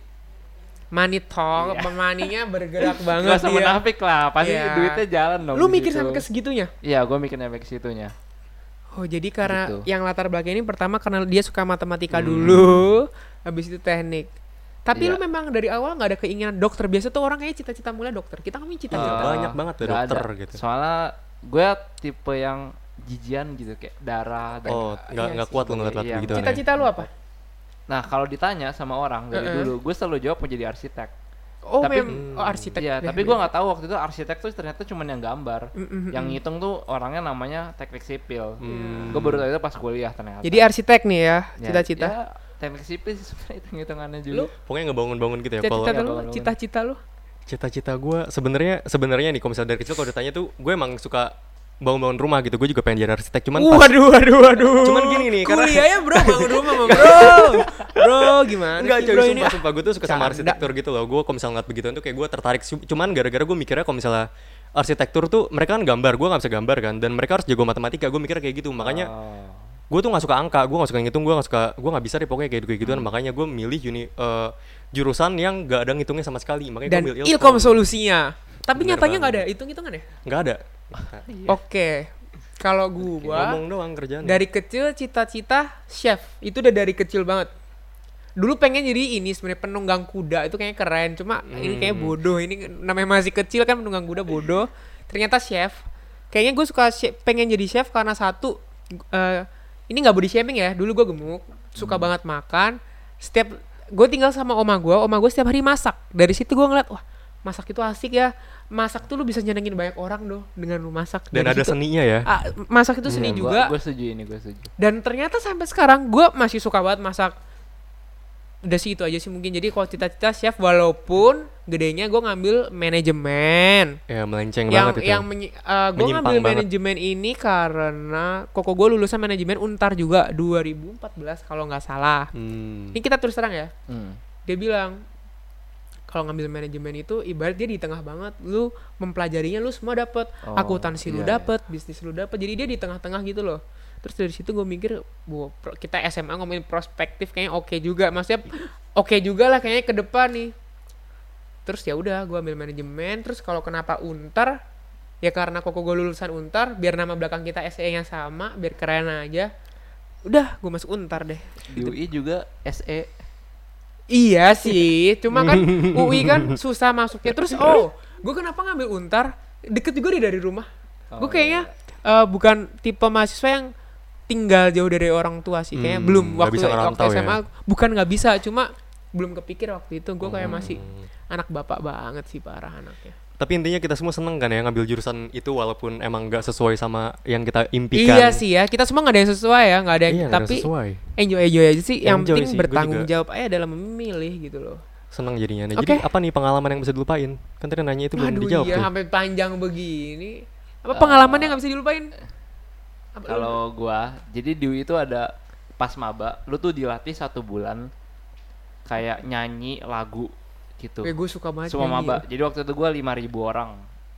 Speaker 2: Money talk,
Speaker 3: Iya.
Speaker 2: pemaninya bergerak
Speaker 3: nggak
Speaker 2: banget
Speaker 3: usah
Speaker 2: dia.
Speaker 3: menafik lah, pasti
Speaker 2: Iya.
Speaker 3: duitnya jalan dong.
Speaker 2: Lu
Speaker 3: di
Speaker 2: mikir
Speaker 3: situ.
Speaker 2: sampai ke segitunya?
Speaker 3: Iya, gue mikirnya sampai ke situnya.
Speaker 2: Oh, jadi karena
Speaker 3: Gitu. Hmm.
Speaker 2: yang latar belakang ini pertama karena dia suka matematika dulu, habis itu teknik. Tapi
Speaker 3: Iya.
Speaker 2: lu memang dari awal nggak ada keinginan dokter. Biasa tuh orang kayak cita-cita mulai dokter. Kita ngomongin cita-cita.
Speaker 1: Ah. banyak banget tuh
Speaker 3: Gitu. Nggak
Speaker 1: dokter gitu.
Speaker 3: Soalnya gue tipe yang jijian gitu kayak darah dan
Speaker 1: Oh, nggak
Speaker 2: Iya
Speaker 1: nggak
Speaker 2: sih,
Speaker 1: kuat lu ngeliat
Speaker 3: iya.
Speaker 1: ngeliat gitu.
Speaker 2: Cita-cita lu apa?
Speaker 3: Nah, kalau ditanya sama orang dari
Speaker 2: Heeh.
Speaker 3: dulu, gue selalu jawab mau jadi arsitek.
Speaker 2: Oh,
Speaker 3: Tapi-
Speaker 2: mem oh, arsitek.
Speaker 3: Iya, tapi gue nggak tahu waktu itu arsitek tuh ternyata cuman yang gambar.
Speaker 2: Mm-mm-mm.
Speaker 3: Yang ngitung tuh orangnya namanya teknik sipil.
Speaker 2: Hmm.
Speaker 3: Gue baru tahu itu pas kuliah ternyata.
Speaker 2: Jadi arsitek nih ya,
Speaker 3: Ya,
Speaker 2: cita-cita.
Speaker 3: ya, teknik sipil sih sebenarnya hitung-hitungannya juga.
Speaker 2: Lu?
Speaker 1: Pokoknya ngebangun-bangun gitu ya. Kalau
Speaker 2: Cita-cita lu,
Speaker 3: Kalau-
Speaker 2: cita-cita lu.
Speaker 1: cita-cita gua sebenarnya sebenarnya nih kalau misalnya dari kecil kalau ditanya tuh gue emang suka bangun-bangun rumah gitu. Gue juga pengen jadi arsitek
Speaker 3: Kan
Speaker 1: cuman pas
Speaker 2: waduh, waduh, waduh.
Speaker 1: Cuman gini nih, karena-
Speaker 2: kuliahnya bro bangun rumah sama bro. Bro, gimana
Speaker 1: Enggak
Speaker 2: sih
Speaker 1: coy,
Speaker 2: bro Nah, ini?
Speaker 1: sumpah, sumpah gue tuh suka sama
Speaker 2: Canda.
Speaker 1: arsitektur gitu loh Gue kalau misalnya ngeliat begituan tuh kayak gue tertarik Cu- Cuman gara-gara gue mikirnya kalau misalnya arsitektur tuh mereka kan gambar, gue gak bisa gambar kan Dan mereka harus jago matematika, gue mikirnya kayak gitu Makanya
Speaker 2: Ah.
Speaker 3: Oh.
Speaker 1: gue tuh gak suka angka, gue gak suka ngitung, gue gak suka Gue gak bisa deh pokoknya kayak kayak
Speaker 2: Hmm.
Speaker 1: gituan Makanya gue milih uni, eh, jurusan yang gak ada ngitungnya sama sekali Makanya
Speaker 2: dan
Speaker 1: gue ambil
Speaker 2: ilkom solusinya. Tapi
Speaker 1: Bener
Speaker 2: nyatanya nggak ada
Speaker 1: banget.
Speaker 2: hitung-hitungan ya?
Speaker 1: Gak ada
Speaker 2: Oke. Kalau gua
Speaker 1: Ngomong doang kerjaan
Speaker 2: dari kecil cita-cita chef. Itu udah dari kecil banget. Dulu pengen jadi ini sebenarnya penunggang kuda itu kayaknya keren, cuma ini kayak
Speaker 1: Hmm.
Speaker 2: bodoh. Ini namanya masih kecil kan penunggang kuda bodoh. Ternyata chef. Kayaknya gue suka chef- pengen jadi chef karena satu eh, ini nggak body shaming ya. Dulu gue gemuk, suka
Speaker 1: Hmm.
Speaker 2: banget makan. Setiap gue tinggal sama oma gue, oma gue setiap hari masak. Dari situ gue ngeliat wah masak itu asik ya. Masak tuh lu bisa nyenengin banyak orang doh dengan lu masak.
Speaker 1: Dan
Speaker 2: Dari
Speaker 1: ada
Speaker 2: situ-
Speaker 1: seninya ya
Speaker 2: Ah, masak itu seni juga
Speaker 3: Gue setuju ini, gue setuju.
Speaker 2: dan ternyata sampai sekarang gue masih suka banget masak udah sih itu aja sih mungkin jadi kalau cita-cita chef walaupun gedenya gue ngambil manajemen
Speaker 1: Ya melenceng
Speaker 2: yang
Speaker 1: banget itu
Speaker 2: yang menyi- eh, gue
Speaker 1: Menyimpang
Speaker 2: ngambil
Speaker 1: banget.
Speaker 2: manajemen ini karena koko gue lulusan manajemen untar juga 2014 kalau nggak salah
Speaker 1: Hmm.
Speaker 2: ini kita terus terang ya
Speaker 3: Hmm.
Speaker 2: dia bilang kalau ngambil manajemen itu ibarat dia di tengah banget lu mempelajarinya lu semua dapet
Speaker 3: Oh,
Speaker 2: akuntansi lu
Speaker 3: iya, iya.
Speaker 2: dapet bisnis lu dapet jadi dia di tengah-tengah gitu loh terus dari situ gue mikir wah pro- kita SMA ngomongin prospektif kayaknya oke juga maksudnya oke juga lah kayaknya ke depan nih terus ya udah gue ambil manajemen terus kalau kenapa untar ya karena koko gue lulusan untar biar nama belakang kita SE nya sama biar keren aja udah gue masuk untar deh
Speaker 3: Di UI juga SE.
Speaker 2: Iya sih, cuma kan UI kan susah masuknya. Terus oh, gue kenapa ngambil Untar? Deket juga deh dari rumah.
Speaker 3: Oh,
Speaker 2: gue kayaknya
Speaker 1: iya,
Speaker 2: eh, bukan tipe mahasiswa yang tinggal jauh dari orang tua sih. Kayaknya
Speaker 1: Hmm,
Speaker 2: belum
Speaker 1: nggak
Speaker 2: waktu
Speaker 1: bisa
Speaker 2: waktu
Speaker 1: ngerantau ya.
Speaker 2: SMA. Bukan nggak bisa, cuma belum kepikir waktu itu. Gue
Speaker 1: Hmm.
Speaker 2: kayak masih anak bapak banget sih parah anaknya.
Speaker 1: Tapi intinya kita semua seneng kan ya ngambil jurusan itu walaupun emang nggak sesuai sama yang kita impikan.
Speaker 2: Iya sih ya, kita semua nggak ada yang sesuai ya, nggak ada yang.
Speaker 1: Iya, nggak
Speaker 2: tapi
Speaker 1: sesuai.
Speaker 2: enjoy enjoy aja sih. Yang
Speaker 1: Enjoy
Speaker 2: penting
Speaker 1: sih, gua
Speaker 2: bertanggung
Speaker 1: juga.
Speaker 2: jawab aja dalam memilih gitu loh.
Speaker 1: Seneng jadinya. Nah, Jadi
Speaker 2: Oke.
Speaker 1: apa nih pengalaman yang bisa dilupain? Kan tadi nanya itu belum
Speaker 2: Aduh
Speaker 1: dijawab
Speaker 2: iya
Speaker 1: tuh. Eh,
Speaker 2: sampai panjang begini. Apa pengalamannya nggak bisa dilupain? Apa-
Speaker 3: Kalau gua, jadi di UI itu ada pas maba, lu tuh dilatih satu bulan kayak nyanyi lagu gitu.
Speaker 2: Eh, gue suka banget
Speaker 3: Semua
Speaker 2: nyanyi. ya?
Speaker 3: maba. Jadi waktu itu gua 5000 orang.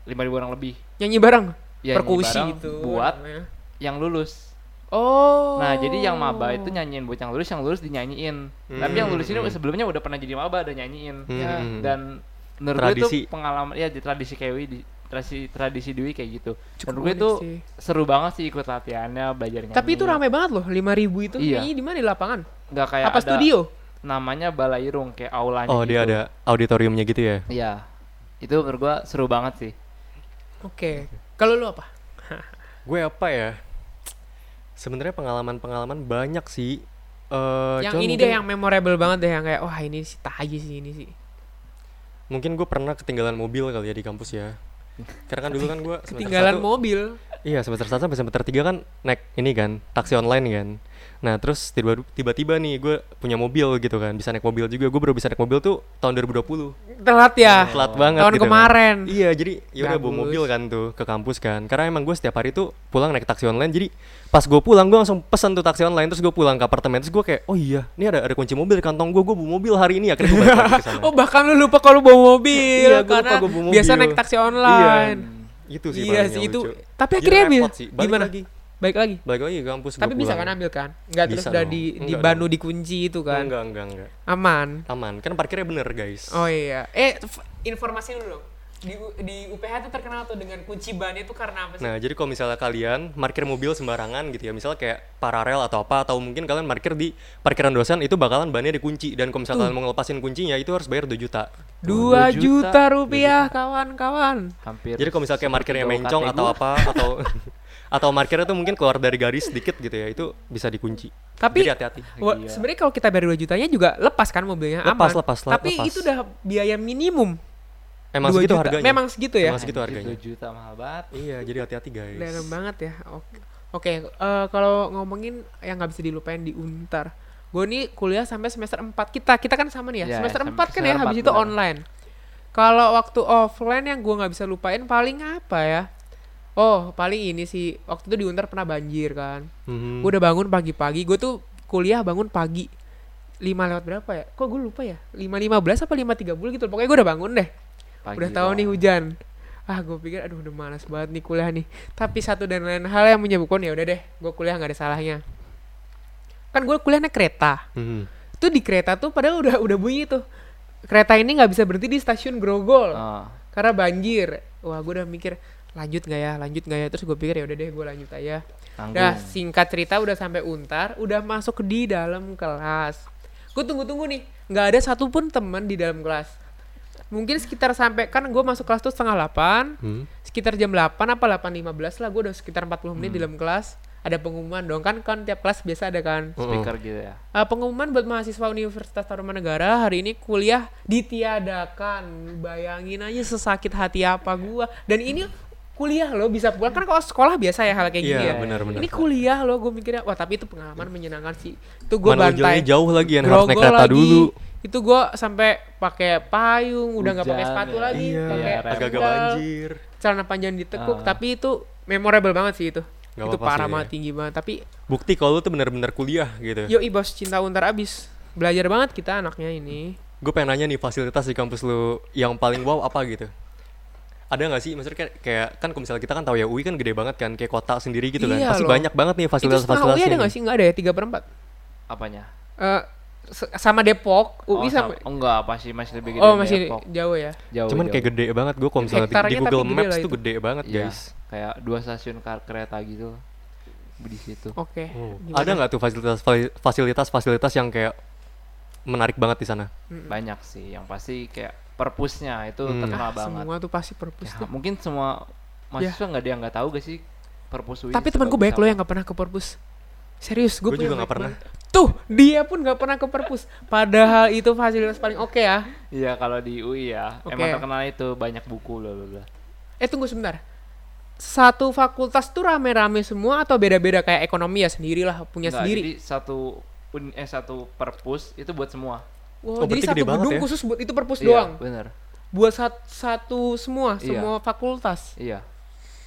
Speaker 3: 5000 orang lebih
Speaker 2: Nyanyi bareng?
Speaker 3: Ya, nyanyi
Speaker 2: Perkusi
Speaker 3: bareng
Speaker 2: gitu.
Speaker 3: buat-
Speaker 2: namanya.
Speaker 3: yang lulus.
Speaker 2: Oh.
Speaker 3: Nah, jadi yang maba itu nyanyiin buat yang lulus, yang lulus dinyanyiin. Tapi yang lulus ini sebelumnya udah pernah jadi maba dan nyanyiin.
Speaker 1: Hmm,
Speaker 2: Ya,
Speaker 1: hmm, hmm.
Speaker 3: Dan menurut
Speaker 1: Tradisi.
Speaker 3: gue itu pengalaman ya di tradisi KW di tradisi tradisi Dewi kayak gitu.
Speaker 2: Cukup
Speaker 3: menurut gue
Speaker 2: unik
Speaker 3: itu
Speaker 2: sih.
Speaker 3: seru banget sih ikut latihannya, belajarnya.
Speaker 2: Tapi itu ramai banget loh, 5000 itu
Speaker 3: Iya.
Speaker 2: nyanyi di mana di lapangan?
Speaker 3: nggak kayak
Speaker 2: Apa
Speaker 3: ada
Speaker 2: studio?
Speaker 3: namanya Balairung kayak aulanya
Speaker 1: Oh, dia
Speaker 3: gitu.
Speaker 1: ada auditoriumnya gitu ya.
Speaker 3: Iya. Itu menurut gua seru banget sih.
Speaker 2: Oke. Kalau lu apa?
Speaker 1: Gue apa ya? Sebenarnya pengalaman-pengalaman banyak sih. Eh,
Speaker 2: yang
Speaker 1: cuman
Speaker 2: ini
Speaker 1: mungkin-
Speaker 2: deh yang memorable banget deh yang kayak wah ini sih tai sih ini sih.
Speaker 1: mungkin gue pernah ketinggalan mobil kali ya di kampus ya. Karena kan dulu kan gue semester
Speaker 2: Ketinggalan
Speaker 1: satu-
Speaker 2: mobil.
Speaker 1: Iya semester 1 sampai semester 3 kan naik ini kan taksi online kan. Nah terus tiba- tiba-tiba nih gue punya mobil gitu kan bisa naik mobil juga gue baru bisa naik mobil tuh tahun 2020
Speaker 2: Telat ya.
Speaker 1: telat banget
Speaker 2: Tahun
Speaker 1: gitu kan.
Speaker 2: kemarin.
Speaker 1: Iya jadi ya udah bawa
Speaker 2: Bagus.
Speaker 1: mobil kan tuh ke kampus kan karena emang gue setiap hari tuh pulang naik taksi online jadi pas gue pulang gue langsung pesan tuh taksi online terus gue pulang ke apartemen terus gue kayak oh iya ini ada ada kunci mobil di kantong gue gue bawa mobil hari ini akhirnya gue balik lagi ke sana.
Speaker 2: Oh bahkan lu lupa kalau bawa mobil
Speaker 1: Iya, gua
Speaker 2: karena
Speaker 1: lupa gua bawa
Speaker 2: biasa
Speaker 1: mobil. Iya.
Speaker 2: naik taksi online.
Speaker 1: Itu sih paling
Speaker 2: iya
Speaker 1: yang
Speaker 2: sih itu.
Speaker 1: lucu.
Speaker 2: Tapi
Speaker 1: Gila,
Speaker 2: akhirnya bisa
Speaker 1: repot sih. Balik
Speaker 2: gimana?
Speaker 1: lagi.
Speaker 2: Baik lagi.
Speaker 1: Balik lagi ke kampus gua
Speaker 2: Tapi bisa
Speaker 1: pulang.
Speaker 2: kan ambil kan? Enggak terus
Speaker 1: Bisa
Speaker 2: udah
Speaker 1: dong.
Speaker 2: di di
Speaker 1: Enggak
Speaker 2: banu dikunci itu kan.
Speaker 1: Enggak, enggak, enggak.
Speaker 2: Aman.
Speaker 1: Aman. Kan parkirnya bener, guys.
Speaker 2: Oh iya. Eh f- informasi dulu dong. Di, U- di UPH tuh terkenal tuh dengan kunci bannya itu karena apa sih?
Speaker 1: Nah, jadi kalau misalnya kalian parkir mobil sembarangan gitu ya, misalnya kayak paralel atau apa, atau mungkin kalian parkir di parkiran dosen, itu bakalan bannya dikunci. Dan kalau misalnya kalian mau ngelepasin kuncinya, itu harus bayar 2 juta.
Speaker 2: 2
Speaker 3: 2
Speaker 2: juta rupiah kawan-kawan.
Speaker 3: Hampir.
Speaker 1: Jadi kalau misalnya kayak
Speaker 3: seperti
Speaker 1: parkirnya
Speaker 3: bawa
Speaker 1: mencong
Speaker 3: kakek
Speaker 1: atau
Speaker 3: gua.
Speaker 1: apa, atau atau parkirnya tuh mungkin keluar dari garis sedikit gitu ya, itu bisa dikunci.
Speaker 2: Tapi
Speaker 1: Jadi hati-hati.
Speaker 2: wa-
Speaker 3: Gila.
Speaker 2: sebenarnya kalau kita bayar 2 jutanya juga lepas kan mobilnya
Speaker 1: Ah, iya. Lepas,
Speaker 2: aman.
Speaker 1: lepas, le-
Speaker 2: Tapi
Speaker 1: lepas.
Speaker 2: itu udah biaya minimum.
Speaker 1: Emang
Speaker 2: 2
Speaker 1: segitu
Speaker 2: juta.
Speaker 1: harganya?
Speaker 2: Memang segitu ya.
Speaker 1: Emang segitu
Speaker 3: Anjir,
Speaker 1: gitu harganya.
Speaker 3: 2 juta mahal banget.
Speaker 1: Iya, jadi hati-hati guys.
Speaker 2: Dalam banget ya. Oke, Oke, eh, kalau ngomongin yang nggak bisa dilupain di Untar. Gue nih kuliah sampai semester 4 kita. Kita kan sama nih ya.
Speaker 3: Ya,
Speaker 2: semester
Speaker 3: sam-
Speaker 2: 4 kan ya habis
Speaker 3: semester empat,
Speaker 2: itu
Speaker 3: benar.
Speaker 2: online. Kalau waktu offline yang gue nggak bisa lupain paling apa ya? Oh, paling ini sih. Waktu itu di Untar pernah banjir kan.
Speaker 1: Mhm.
Speaker 2: Gue udah bangun pagi-pagi. Gue tuh kuliah bangun pagi. 5 lewat berapa ya? Kok gue lupa ya? 5.15 apa 5.30 gitu. Pokoknya gue udah bangun deh
Speaker 3: Pagi
Speaker 2: udah tahu
Speaker 3: doang.
Speaker 2: nih hujan ah gue pikir aduh udah malas banget nih kuliah nih tapi satu dan lain hal yang menyebabkan ya udah deh gue kuliah nggak ada salahnya kan gue kuliah naik kereta
Speaker 1: Mhm.
Speaker 2: tuh di kereta tuh padahal udah udah bunyi tuh kereta ini nggak bisa berhenti di stasiun Grogol
Speaker 3: Ah.
Speaker 2: karena banjir wah gue udah mikir lanjut nggak ya lanjut nggak ya terus gue pikir ya udah deh gue lanjut aja
Speaker 3: Tanggung.
Speaker 2: Udah singkat cerita udah sampai untar udah masuk di dalam kelas gue tunggu-tunggu nih nggak ada satupun teman di dalam kelas mungkin sekitar sampai kan gue masuk kelas tuh setengah 8
Speaker 1: Hmm.
Speaker 2: sekitar jam 8 apa 8.15 lah gue udah sekitar 40 menit di dalam kelas ada pengumuman dong kan kan tiap kelas biasa ada kan
Speaker 3: speaker gitu ya.
Speaker 2: Eh, pengumuman buat mahasiswa Universitas Tarumanegara hari ini kuliah ditiadakan. Bayangin aja sesakit hati apa gua. Dan ini kuliah loh bisa pulang kan kalau sekolah biasa ya hal kayak gini
Speaker 1: Iya,
Speaker 2: ya.
Speaker 1: benar-benar.
Speaker 2: Ini kuliah loh gue mikirnya wah tapi itu pengalaman menyenangkan sih. Itu gue
Speaker 1: Mana ujungnya
Speaker 2: bantai.
Speaker 1: jauh lagi yang harus naik
Speaker 2: grogol
Speaker 1: kereta
Speaker 2: lagi.
Speaker 1: dulu.
Speaker 2: Itu gue sampai pakai payung, udah nggak pakai
Speaker 3: Hujan
Speaker 2: sepatu
Speaker 3: ya.
Speaker 2: lagi,
Speaker 1: Iya,
Speaker 2: pakai
Speaker 3: rem.
Speaker 1: agak-agak
Speaker 2: sandal,
Speaker 1: banjir.
Speaker 2: celana panjang ditekuk.
Speaker 3: Ah.
Speaker 2: Tapi itu memorable banget sih itu.
Speaker 1: Nggak
Speaker 2: itu
Speaker 1: apa-apa
Speaker 2: parah
Speaker 1: sih.
Speaker 2: banget tinggi banget. Tapi
Speaker 1: Bukti kalau lu tuh benar-benar kuliah gitu.
Speaker 2: Yoi bos cinta untar abis Belajar banget kita anaknya ini
Speaker 1: Gue pengen nanya nih fasilitas di kampus lu yang paling wow apa gitu? ada nggak sih maksudnya kayak- kayak kan kalau misalnya kita kan tahu ya UI kan gede banget kan kayak kota sendiri gitu kan
Speaker 2: Iya
Speaker 1: pasti
Speaker 2: loh.
Speaker 1: banyak banget nih
Speaker 2: Itu setengah UI
Speaker 1: fasilitas-fasilitasnya
Speaker 2: ada
Speaker 1: nih.
Speaker 2: nggak sih? Nggak ada ya, 3 per 4.
Speaker 3: Apanya?
Speaker 2: sama Depok, UI
Speaker 3: Oh,
Speaker 2: sama...
Speaker 3: sama- enggak, pasti masih
Speaker 1: gitu
Speaker 3: lebih gede
Speaker 2: Oh
Speaker 3: dari
Speaker 2: masih
Speaker 3: Depok.
Speaker 2: jauh ya?
Speaker 3: Jauh,
Speaker 1: cuman
Speaker 3: jauh.
Speaker 1: kayak gede banget gue kalau misalnya di, di
Speaker 2: Hektarnya tapi
Speaker 1: Google
Speaker 2: gede
Speaker 1: Maps
Speaker 2: lah
Speaker 1: tuh
Speaker 2: itu.
Speaker 1: gede banget
Speaker 3: Iya,
Speaker 1: guys
Speaker 3: Kayak dua stasiun kar- kereta gitu di situ.
Speaker 2: Oke.
Speaker 1: Oh,
Speaker 2: Gimana?
Speaker 1: ada nggak tuh fasilitas fasilitas fasilitas yang kayak menarik banget di sana
Speaker 3: Banyak sih yang pasti kayak perpusnya itu
Speaker 1: Hmm.
Speaker 2: Ah,
Speaker 3: terkenal banget.
Speaker 2: Semua tuh pasti perpus
Speaker 3: Ya,
Speaker 2: tuh.
Speaker 3: mungkin semua mahasiswa nggak ada yang nggak tahu gak sih perpus UI
Speaker 2: Tapi teman gue
Speaker 3: sebagus
Speaker 2: banyak loh
Speaker 3: apa.
Speaker 2: yang nggak pernah ke perpus. Serius, gue
Speaker 1: Gua juga nggak pernah.
Speaker 2: Tuh, dia pun nggak pernah ke perpus. Padahal itu fasilitas paling oke ya.
Speaker 3: Iya kalau di UI ya
Speaker 2: Oke.
Speaker 3: emang terkenal itu banyak buku loh loh loh.
Speaker 2: Eh tunggu sebentar. Satu fakultas tuh rame-rame semua atau beda-beda kayak ekonomi ya sendirilah punya
Speaker 3: Nggak,
Speaker 2: sendiri.
Speaker 3: Jadi satu un, eh satu perpus itu buat semua.
Speaker 2: Wow,
Speaker 1: Oh,
Speaker 2: jadi
Speaker 1: berarti
Speaker 2: satu
Speaker 1: gede banget
Speaker 2: gedung
Speaker 1: ya.
Speaker 2: khusus buat itu perpus
Speaker 3: Iya,
Speaker 2: doang.
Speaker 3: Bener.
Speaker 2: Buat sat- satu semua,
Speaker 3: Iya.
Speaker 2: semua fakultas.
Speaker 3: Iya.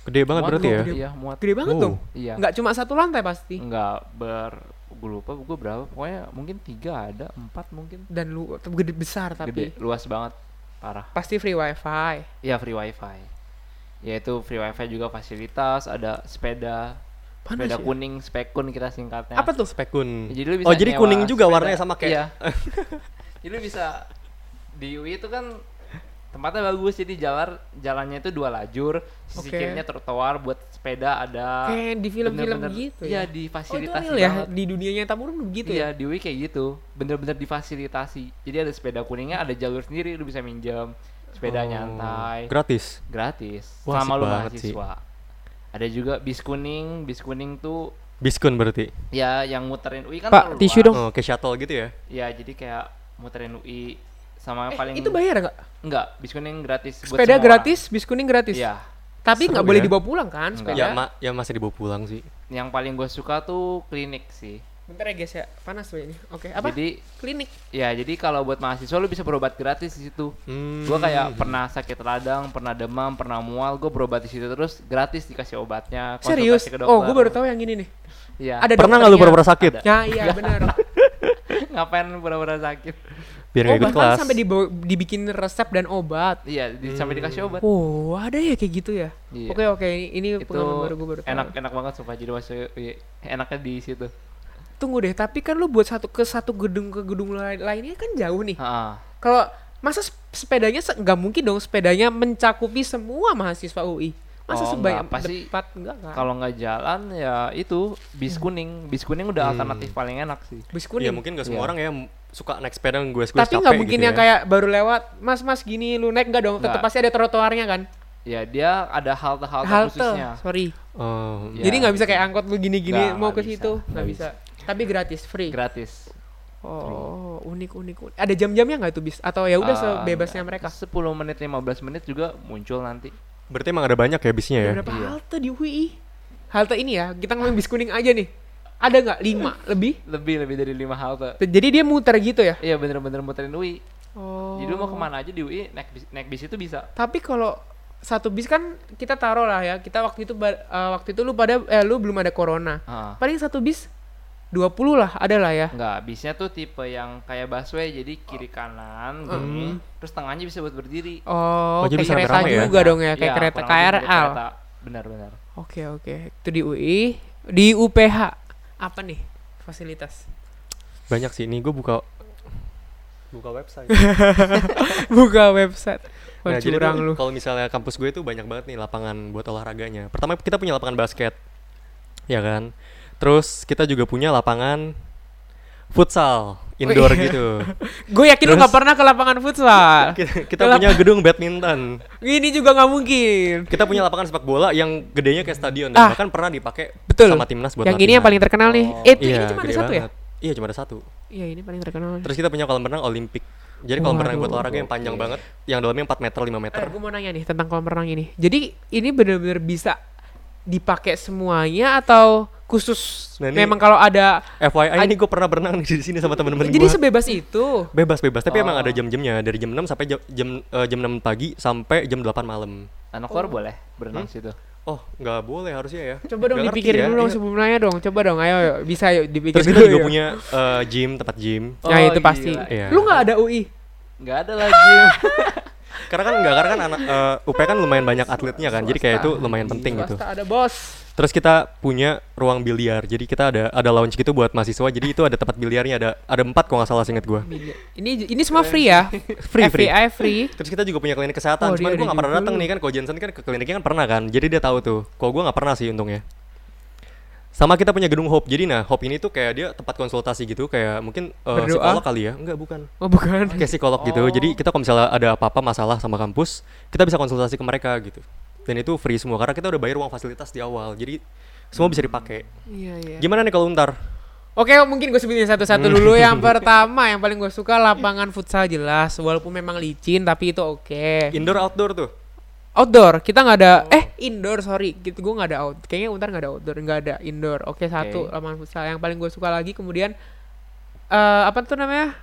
Speaker 1: gede banget
Speaker 3: Muat
Speaker 1: berarti
Speaker 3: loh,
Speaker 1: ya
Speaker 3: gede- Iya muat.
Speaker 2: Gede banget
Speaker 1: Wow.
Speaker 2: dong.
Speaker 3: Iya. Hmm.
Speaker 2: Nggak cuma satu lantai pasti.
Speaker 3: Nggak ber gue lupa gue berapa pokoknya mungkin tiga ada empat mungkin
Speaker 2: Dan lu gede besar
Speaker 3: gede
Speaker 2: tapi
Speaker 3: luas banget parah
Speaker 2: pasti free wifi.
Speaker 3: Iya free wifi yaitu free wifi juga fasilitas ada sepeda
Speaker 2: Panas
Speaker 3: sepeda
Speaker 2: ya?
Speaker 3: kuning spekun kita singkatnya
Speaker 2: Apa tuh?
Speaker 1: spekun
Speaker 3: Ya, jadi lu bisa
Speaker 1: oh jadi
Speaker 3: nyewa
Speaker 1: kuning juga
Speaker 3: sepeda.
Speaker 1: warnanya sama kayak
Speaker 3: Iya. jadi lu bisa di UI itu kan tempatnya bagus jadi jalan jalannya itu dua lajur sisi
Speaker 2: Oke.
Speaker 3: kirinya trotoar buat sepeda ada
Speaker 2: Kayak di film-film
Speaker 3: Bener-bener-
Speaker 2: gitu ya.
Speaker 3: iya di
Speaker 2: Oh, itu
Speaker 3: fasilitas
Speaker 2: real ya di dunia nyata pun begitu ya.
Speaker 3: iya di UI kayak gitu bener-bener difasilitasi jadi ada sepeda kuningnya ada jalur sendiri lu bisa minjem
Speaker 1: Oh,
Speaker 3: sepeda Iya, nyantai
Speaker 1: gratis
Speaker 3: gratis
Speaker 1: Wah, asik
Speaker 3: sama lu
Speaker 1: banget sih.
Speaker 3: mahasiswa ada juga bis kuning bis kuning tuh
Speaker 1: biskun berarti
Speaker 3: ya yang muterin UI kan
Speaker 2: Pak,
Speaker 3: terlalu
Speaker 2: tisu
Speaker 3: luas.
Speaker 2: dong.
Speaker 1: oh kayak shuttle gitu ya
Speaker 3: ya jadi kayak muterin UI sama
Speaker 2: Eh,
Speaker 3: paling
Speaker 2: itu bayar nggak?
Speaker 3: enggak bis kuning gratis buat
Speaker 2: Sepeda
Speaker 3: semua
Speaker 2: gratis, bis kuning gratis.
Speaker 3: orang. iya
Speaker 2: Tapi
Speaker 1: Seru
Speaker 2: nggak boleh
Speaker 1: ya.
Speaker 2: dibawa pulang kan
Speaker 3: Nggak.
Speaker 2: sepeda?
Speaker 1: ya ma ya masih dibawa pulang sih
Speaker 3: yang paling gue suka tuh klinik sih
Speaker 2: Bentar ya guys ya, panas gue ini. Oke, apa?
Speaker 3: jadi
Speaker 2: Klinik.
Speaker 3: ya jadi kalau buat mahasiswa lu bisa berobat gratis di situ
Speaker 1: hmm.
Speaker 3: Gua kayak pernah sakit radang pernah demam pernah mual gue berobat di situ terus gratis dikasih obatnya konsultasi
Speaker 2: Serius?
Speaker 3: ke
Speaker 2: Oh,
Speaker 3: dokter.
Speaker 2: gue baru tahu yang ini nih.
Speaker 3: iya
Speaker 2: Ada
Speaker 1: pernah nggak lu
Speaker 2: dokternya.
Speaker 1: pura-pura sakit
Speaker 2: Ya iya benar.
Speaker 3: ngapain pura-pura sakit
Speaker 1: biar
Speaker 2: Oh
Speaker 1: nggak ikut
Speaker 2: bahkan
Speaker 1: kelas
Speaker 2: sampai dibawa- dibikin resep dan obat.
Speaker 3: iya di- sampai dikasih obat
Speaker 2: Wow ada ya kayak gitu ya.
Speaker 3: Iya.
Speaker 2: Oke oke ini, ini
Speaker 3: itu
Speaker 2: pengalaman baru gue baru tahu.
Speaker 3: enak enak banget sumpah jadi masuk UI. enaknya di situ
Speaker 2: Tunggu deh, tapi kan lu buat satu ke satu gedung ke gedung lain lainnya kan jauh nih.
Speaker 3: Heeh.
Speaker 2: Kalau masa sep- sepedanya se- nggak mungkin dong sepedanya mencakupi semua mahasiswa UI. Masa
Speaker 3: Oh,
Speaker 2: sebanyak
Speaker 3: nggak, pasti
Speaker 2: depat enggak kan?
Speaker 3: kalau nggak jalan ya itu bis kuning bis kuning
Speaker 2: Hmm.
Speaker 3: udah alternatif paling enak sih
Speaker 2: Bis kuning.
Speaker 1: ya mungkin gak semua
Speaker 3: Iya.
Speaker 1: orang ya m- suka naik sepeda gue gue
Speaker 2: Tapi nggak mungkin yang
Speaker 1: ya.
Speaker 2: kayak baru lewat, mas mas gini lu naik nggak dong? Tetap
Speaker 3: Nggak.
Speaker 2: pasti ada trotoarnya kan?
Speaker 3: ya dia ada halte halte
Speaker 2: Halte,
Speaker 3: khususnya
Speaker 2: sorry.
Speaker 1: Oh,
Speaker 3: Iya.
Speaker 2: Jadi nggak bisa kayak angkot lu gini-gini
Speaker 3: Nggak,
Speaker 2: mau
Speaker 3: nggak
Speaker 2: ke
Speaker 3: bisa,
Speaker 2: situ,
Speaker 3: nggak
Speaker 2: nggak bisa. Tapi gratis, free.
Speaker 3: gratis
Speaker 2: oh, unik unik unik. Ada jam-jamnya nggak tuh bis? Atau ya udah
Speaker 3: Eh,
Speaker 2: sebebasnya mereka?
Speaker 3: 10 menit 15 menit juga muncul nanti
Speaker 1: berarti emang ada banyak ya bisnya ya
Speaker 2: Ada berapa
Speaker 3: Iya.
Speaker 2: halte di UI? Halte ini ya, kita ngomongin bis kuning aja nih. Ada nggak lima lebih?
Speaker 3: lebih lebih dari lima halte
Speaker 2: Jadi dia muter gitu ya?
Speaker 3: iya bener-bener muterin UI
Speaker 2: Oh.
Speaker 3: jadi lu mau kemana aja di UI naik bis, naik bis itu bisa
Speaker 2: Tapi kalau satu bis kan kita taruh lah ya. Kita waktu itu ba- eh, waktu itu lu pada eh lu belum ada corona.
Speaker 3: Heeh.
Speaker 2: Paling satu bis 20 lah ada lah ya.
Speaker 3: Enggak, bisnya tuh tipe yang kayak busway jadi kiri kanan
Speaker 2: Hmm.
Speaker 3: gini, terus tengahnya bisa buat berdiri.
Speaker 2: Oh,
Speaker 1: Oh, jadi
Speaker 2: kayak
Speaker 1: bisa
Speaker 2: kereta
Speaker 1: rame-rame ya?
Speaker 2: juga dong ya, kayak
Speaker 3: Iya,
Speaker 2: kereta
Speaker 3: kurang lebih kayak
Speaker 2: KRL.
Speaker 3: kereta. Benar-benar.
Speaker 2: Oke, oke. Itu di UI, di UPH. Apa nih fasilitas?
Speaker 1: banyak sih ini gue buka buka website
Speaker 2: Buka website. Wah,
Speaker 1: Nah, jadi
Speaker 2: curang
Speaker 1: tuh
Speaker 2: lu.
Speaker 1: kalau misalnya kampus gue itu banyak banget nih lapangan buat olahraganya. Pertama kita punya lapangan basket, ya kan. Terus kita juga punya lapangan futsal indoor
Speaker 2: iya.
Speaker 1: gitu.
Speaker 2: Gue yakin lu
Speaker 1: Terus-
Speaker 2: gak pernah ke lapangan futsal.
Speaker 1: Kita, kita
Speaker 2: Lap-
Speaker 1: punya gedung badminton.
Speaker 2: Ini juga nggak mungkin.
Speaker 1: Kita punya lapangan sepak bola yang gedenya kayak stadion
Speaker 2: Hmm.
Speaker 1: dan
Speaker 2: Ah.
Speaker 1: bahkan pernah dipakai
Speaker 2: Betul.
Speaker 1: sama timnas buat
Speaker 2: yang ini yang paling
Speaker 1: latihan.
Speaker 2: terkenal nih.
Speaker 3: Oh.
Speaker 2: Eh, itu
Speaker 1: iya,
Speaker 2: ini cuma ada
Speaker 1: gede
Speaker 2: satu ya?
Speaker 1: banget. Iya, cuma ada satu.
Speaker 2: Iya, ini paling terkenal.
Speaker 1: Terus kita punya kolam renang Olimpik. Jadi kolam renang buat
Speaker 2: Waduh.
Speaker 1: olahraga yang panjang banget, yang dalamnya 4 meter, 5 meter.
Speaker 2: Eh, gue mau nanya nih tentang kolam renang ini. Jadi ini benar-benar bisa dipakai semuanya atau khusus
Speaker 1: Nah, ini-
Speaker 2: memang kalau ada
Speaker 1: FYI
Speaker 2: Ad-
Speaker 1: ini gue pernah berenang di sini sama temen-temen
Speaker 2: jadi
Speaker 1: gue.
Speaker 2: sebebas itu.
Speaker 1: bebas bebas tapi emang
Speaker 3: Oh.
Speaker 1: ada jam-jamnya dari jam 6 sampai jam jam, eh, jam 6 pagi sampai jam 8 malam
Speaker 3: Anak
Speaker 2: Oh.
Speaker 3: luar boleh
Speaker 2: Hmm?
Speaker 3: berenang situ.
Speaker 1: oh nggak boleh harusnya ya
Speaker 2: Coba dong
Speaker 1: Nggak ngerti
Speaker 2: dipikirin
Speaker 1: ya.
Speaker 2: dulu Gitu ya? dong
Speaker 1: Iya.
Speaker 2: sebelum nanya dong. Coba dong, ayo, ayo. bisa yuk dipikirin
Speaker 1: terus kita
Speaker 2: dulu.
Speaker 1: juga
Speaker 2: yuk.
Speaker 1: punya eh, gym tempat gym
Speaker 2: Nah,
Speaker 3: Oh,
Speaker 2: itu pasti.
Speaker 3: gila.
Speaker 1: Iya.
Speaker 2: Lu nggak ada UI.
Speaker 3: Enggak ada lagi.
Speaker 1: karena kan enggak karena kan anak eh, UP kan lumayan banyak atletnya kan jadi kayak itu lumayan penting gitu
Speaker 2: Swasta ada bos.
Speaker 1: terus kita punya ruang biliar jadi kita ada ada lounge gitu buat mahasiswa jadi itu ada tempat biliarnya ada ada empat kalau nggak salah singkat gue
Speaker 2: Iya. Ini ini semua free ya?
Speaker 1: Free, free.
Speaker 2: FYI free.
Speaker 1: terus kita juga punya klinik kesehatan
Speaker 2: Oh, dia
Speaker 1: cuman gue
Speaker 2: ada
Speaker 1: nggak pernah
Speaker 2: juga.
Speaker 1: datang nih kan kalau Jensen kan ke kliniknya kan pernah kan jadi dia tahu tuh kalau gue nggak pernah sih untungnya sama kita punya gedung Hope jadi nah Hope ini tuh kayak dia tempat konsultasi gitu kayak mungkin eh,
Speaker 2: Berdoa?
Speaker 1: psikolog kali ya enggak bukan
Speaker 2: Oh bukan.
Speaker 1: kayak psikolog gitu. Jadi kita kalau misalnya ada apa-apa masalah sama kampus, kita bisa konsultasi ke mereka gitu. Dan itu free semua karena kita udah bayar uang fasilitas di awal. Jadi semua bisa dipakai.
Speaker 2: Iya iya.
Speaker 1: Gimana nih kalau untar?
Speaker 2: Oke, mungkin gue sebutin satu-satu dulu. Yang pertama, yang paling gue suka lapangan futsal jelas, walaupun memang licin tapi itu oke.
Speaker 1: Indoor outdoor tuh.
Speaker 2: Outdoor, kita nggak ada, eh indoor sorry, gitu gue nggak ada out. Kayaknya untar nggak ada outdoor, nggak ada indoor. Oke satu
Speaker 3: Oke.
Speaker 2: lapangan futsal. Yang paling gue suka lagi kemudian eh apa tuh namanya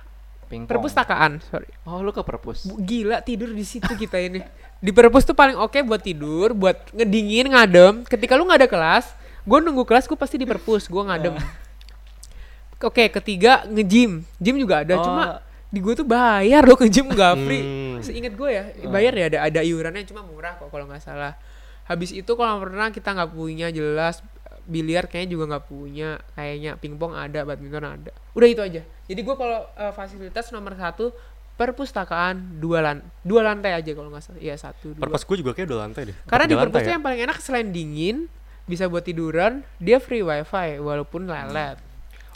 Speaker 3: Pingpong.
Speaker 2: perpustakaan. Sorry,
Speaker 3: Oh, lu ke perpus.
Speaker 2: Bu- gila tidur di situ kita ini. Di perpus tuh paling oke buat tidur, buat ngedingin, ngadem. Ketika lu nggak ada kelas, gue nunggu kelas gue pasti di perpus, gue ngadem. Oke, ketiga nge-gym. Gym juga ada,
Speaker 3: Oh.
Speaker 2: cuma di gue tuh bayar lo ke gym nggak free.
Speaker 1: Hmm.
Speaker 2: Seingat gue ya, bayar ya ada ada iurannya cuma murah kok kalau nggak salah. Habis itu kalau pernah kita nggak punya jelas biliar kayaknya juga nggak punya kayaknya pingpong ada badminton ada udah itu aja jadi gue kalau eh, fasilitas nomor satu perpustakaan dua lan dua lantai aja kalau nggak salah iya satu dua
Speaker 1: Perpus gue juga kayak udah lantai deh.
Speaker 2: karena di
Speaker 1: Tiga lantai ya?
Speaker 2: perpus tuh yang paling enak selain dingin bisa buat tiduran dia free wifi walaupun lelet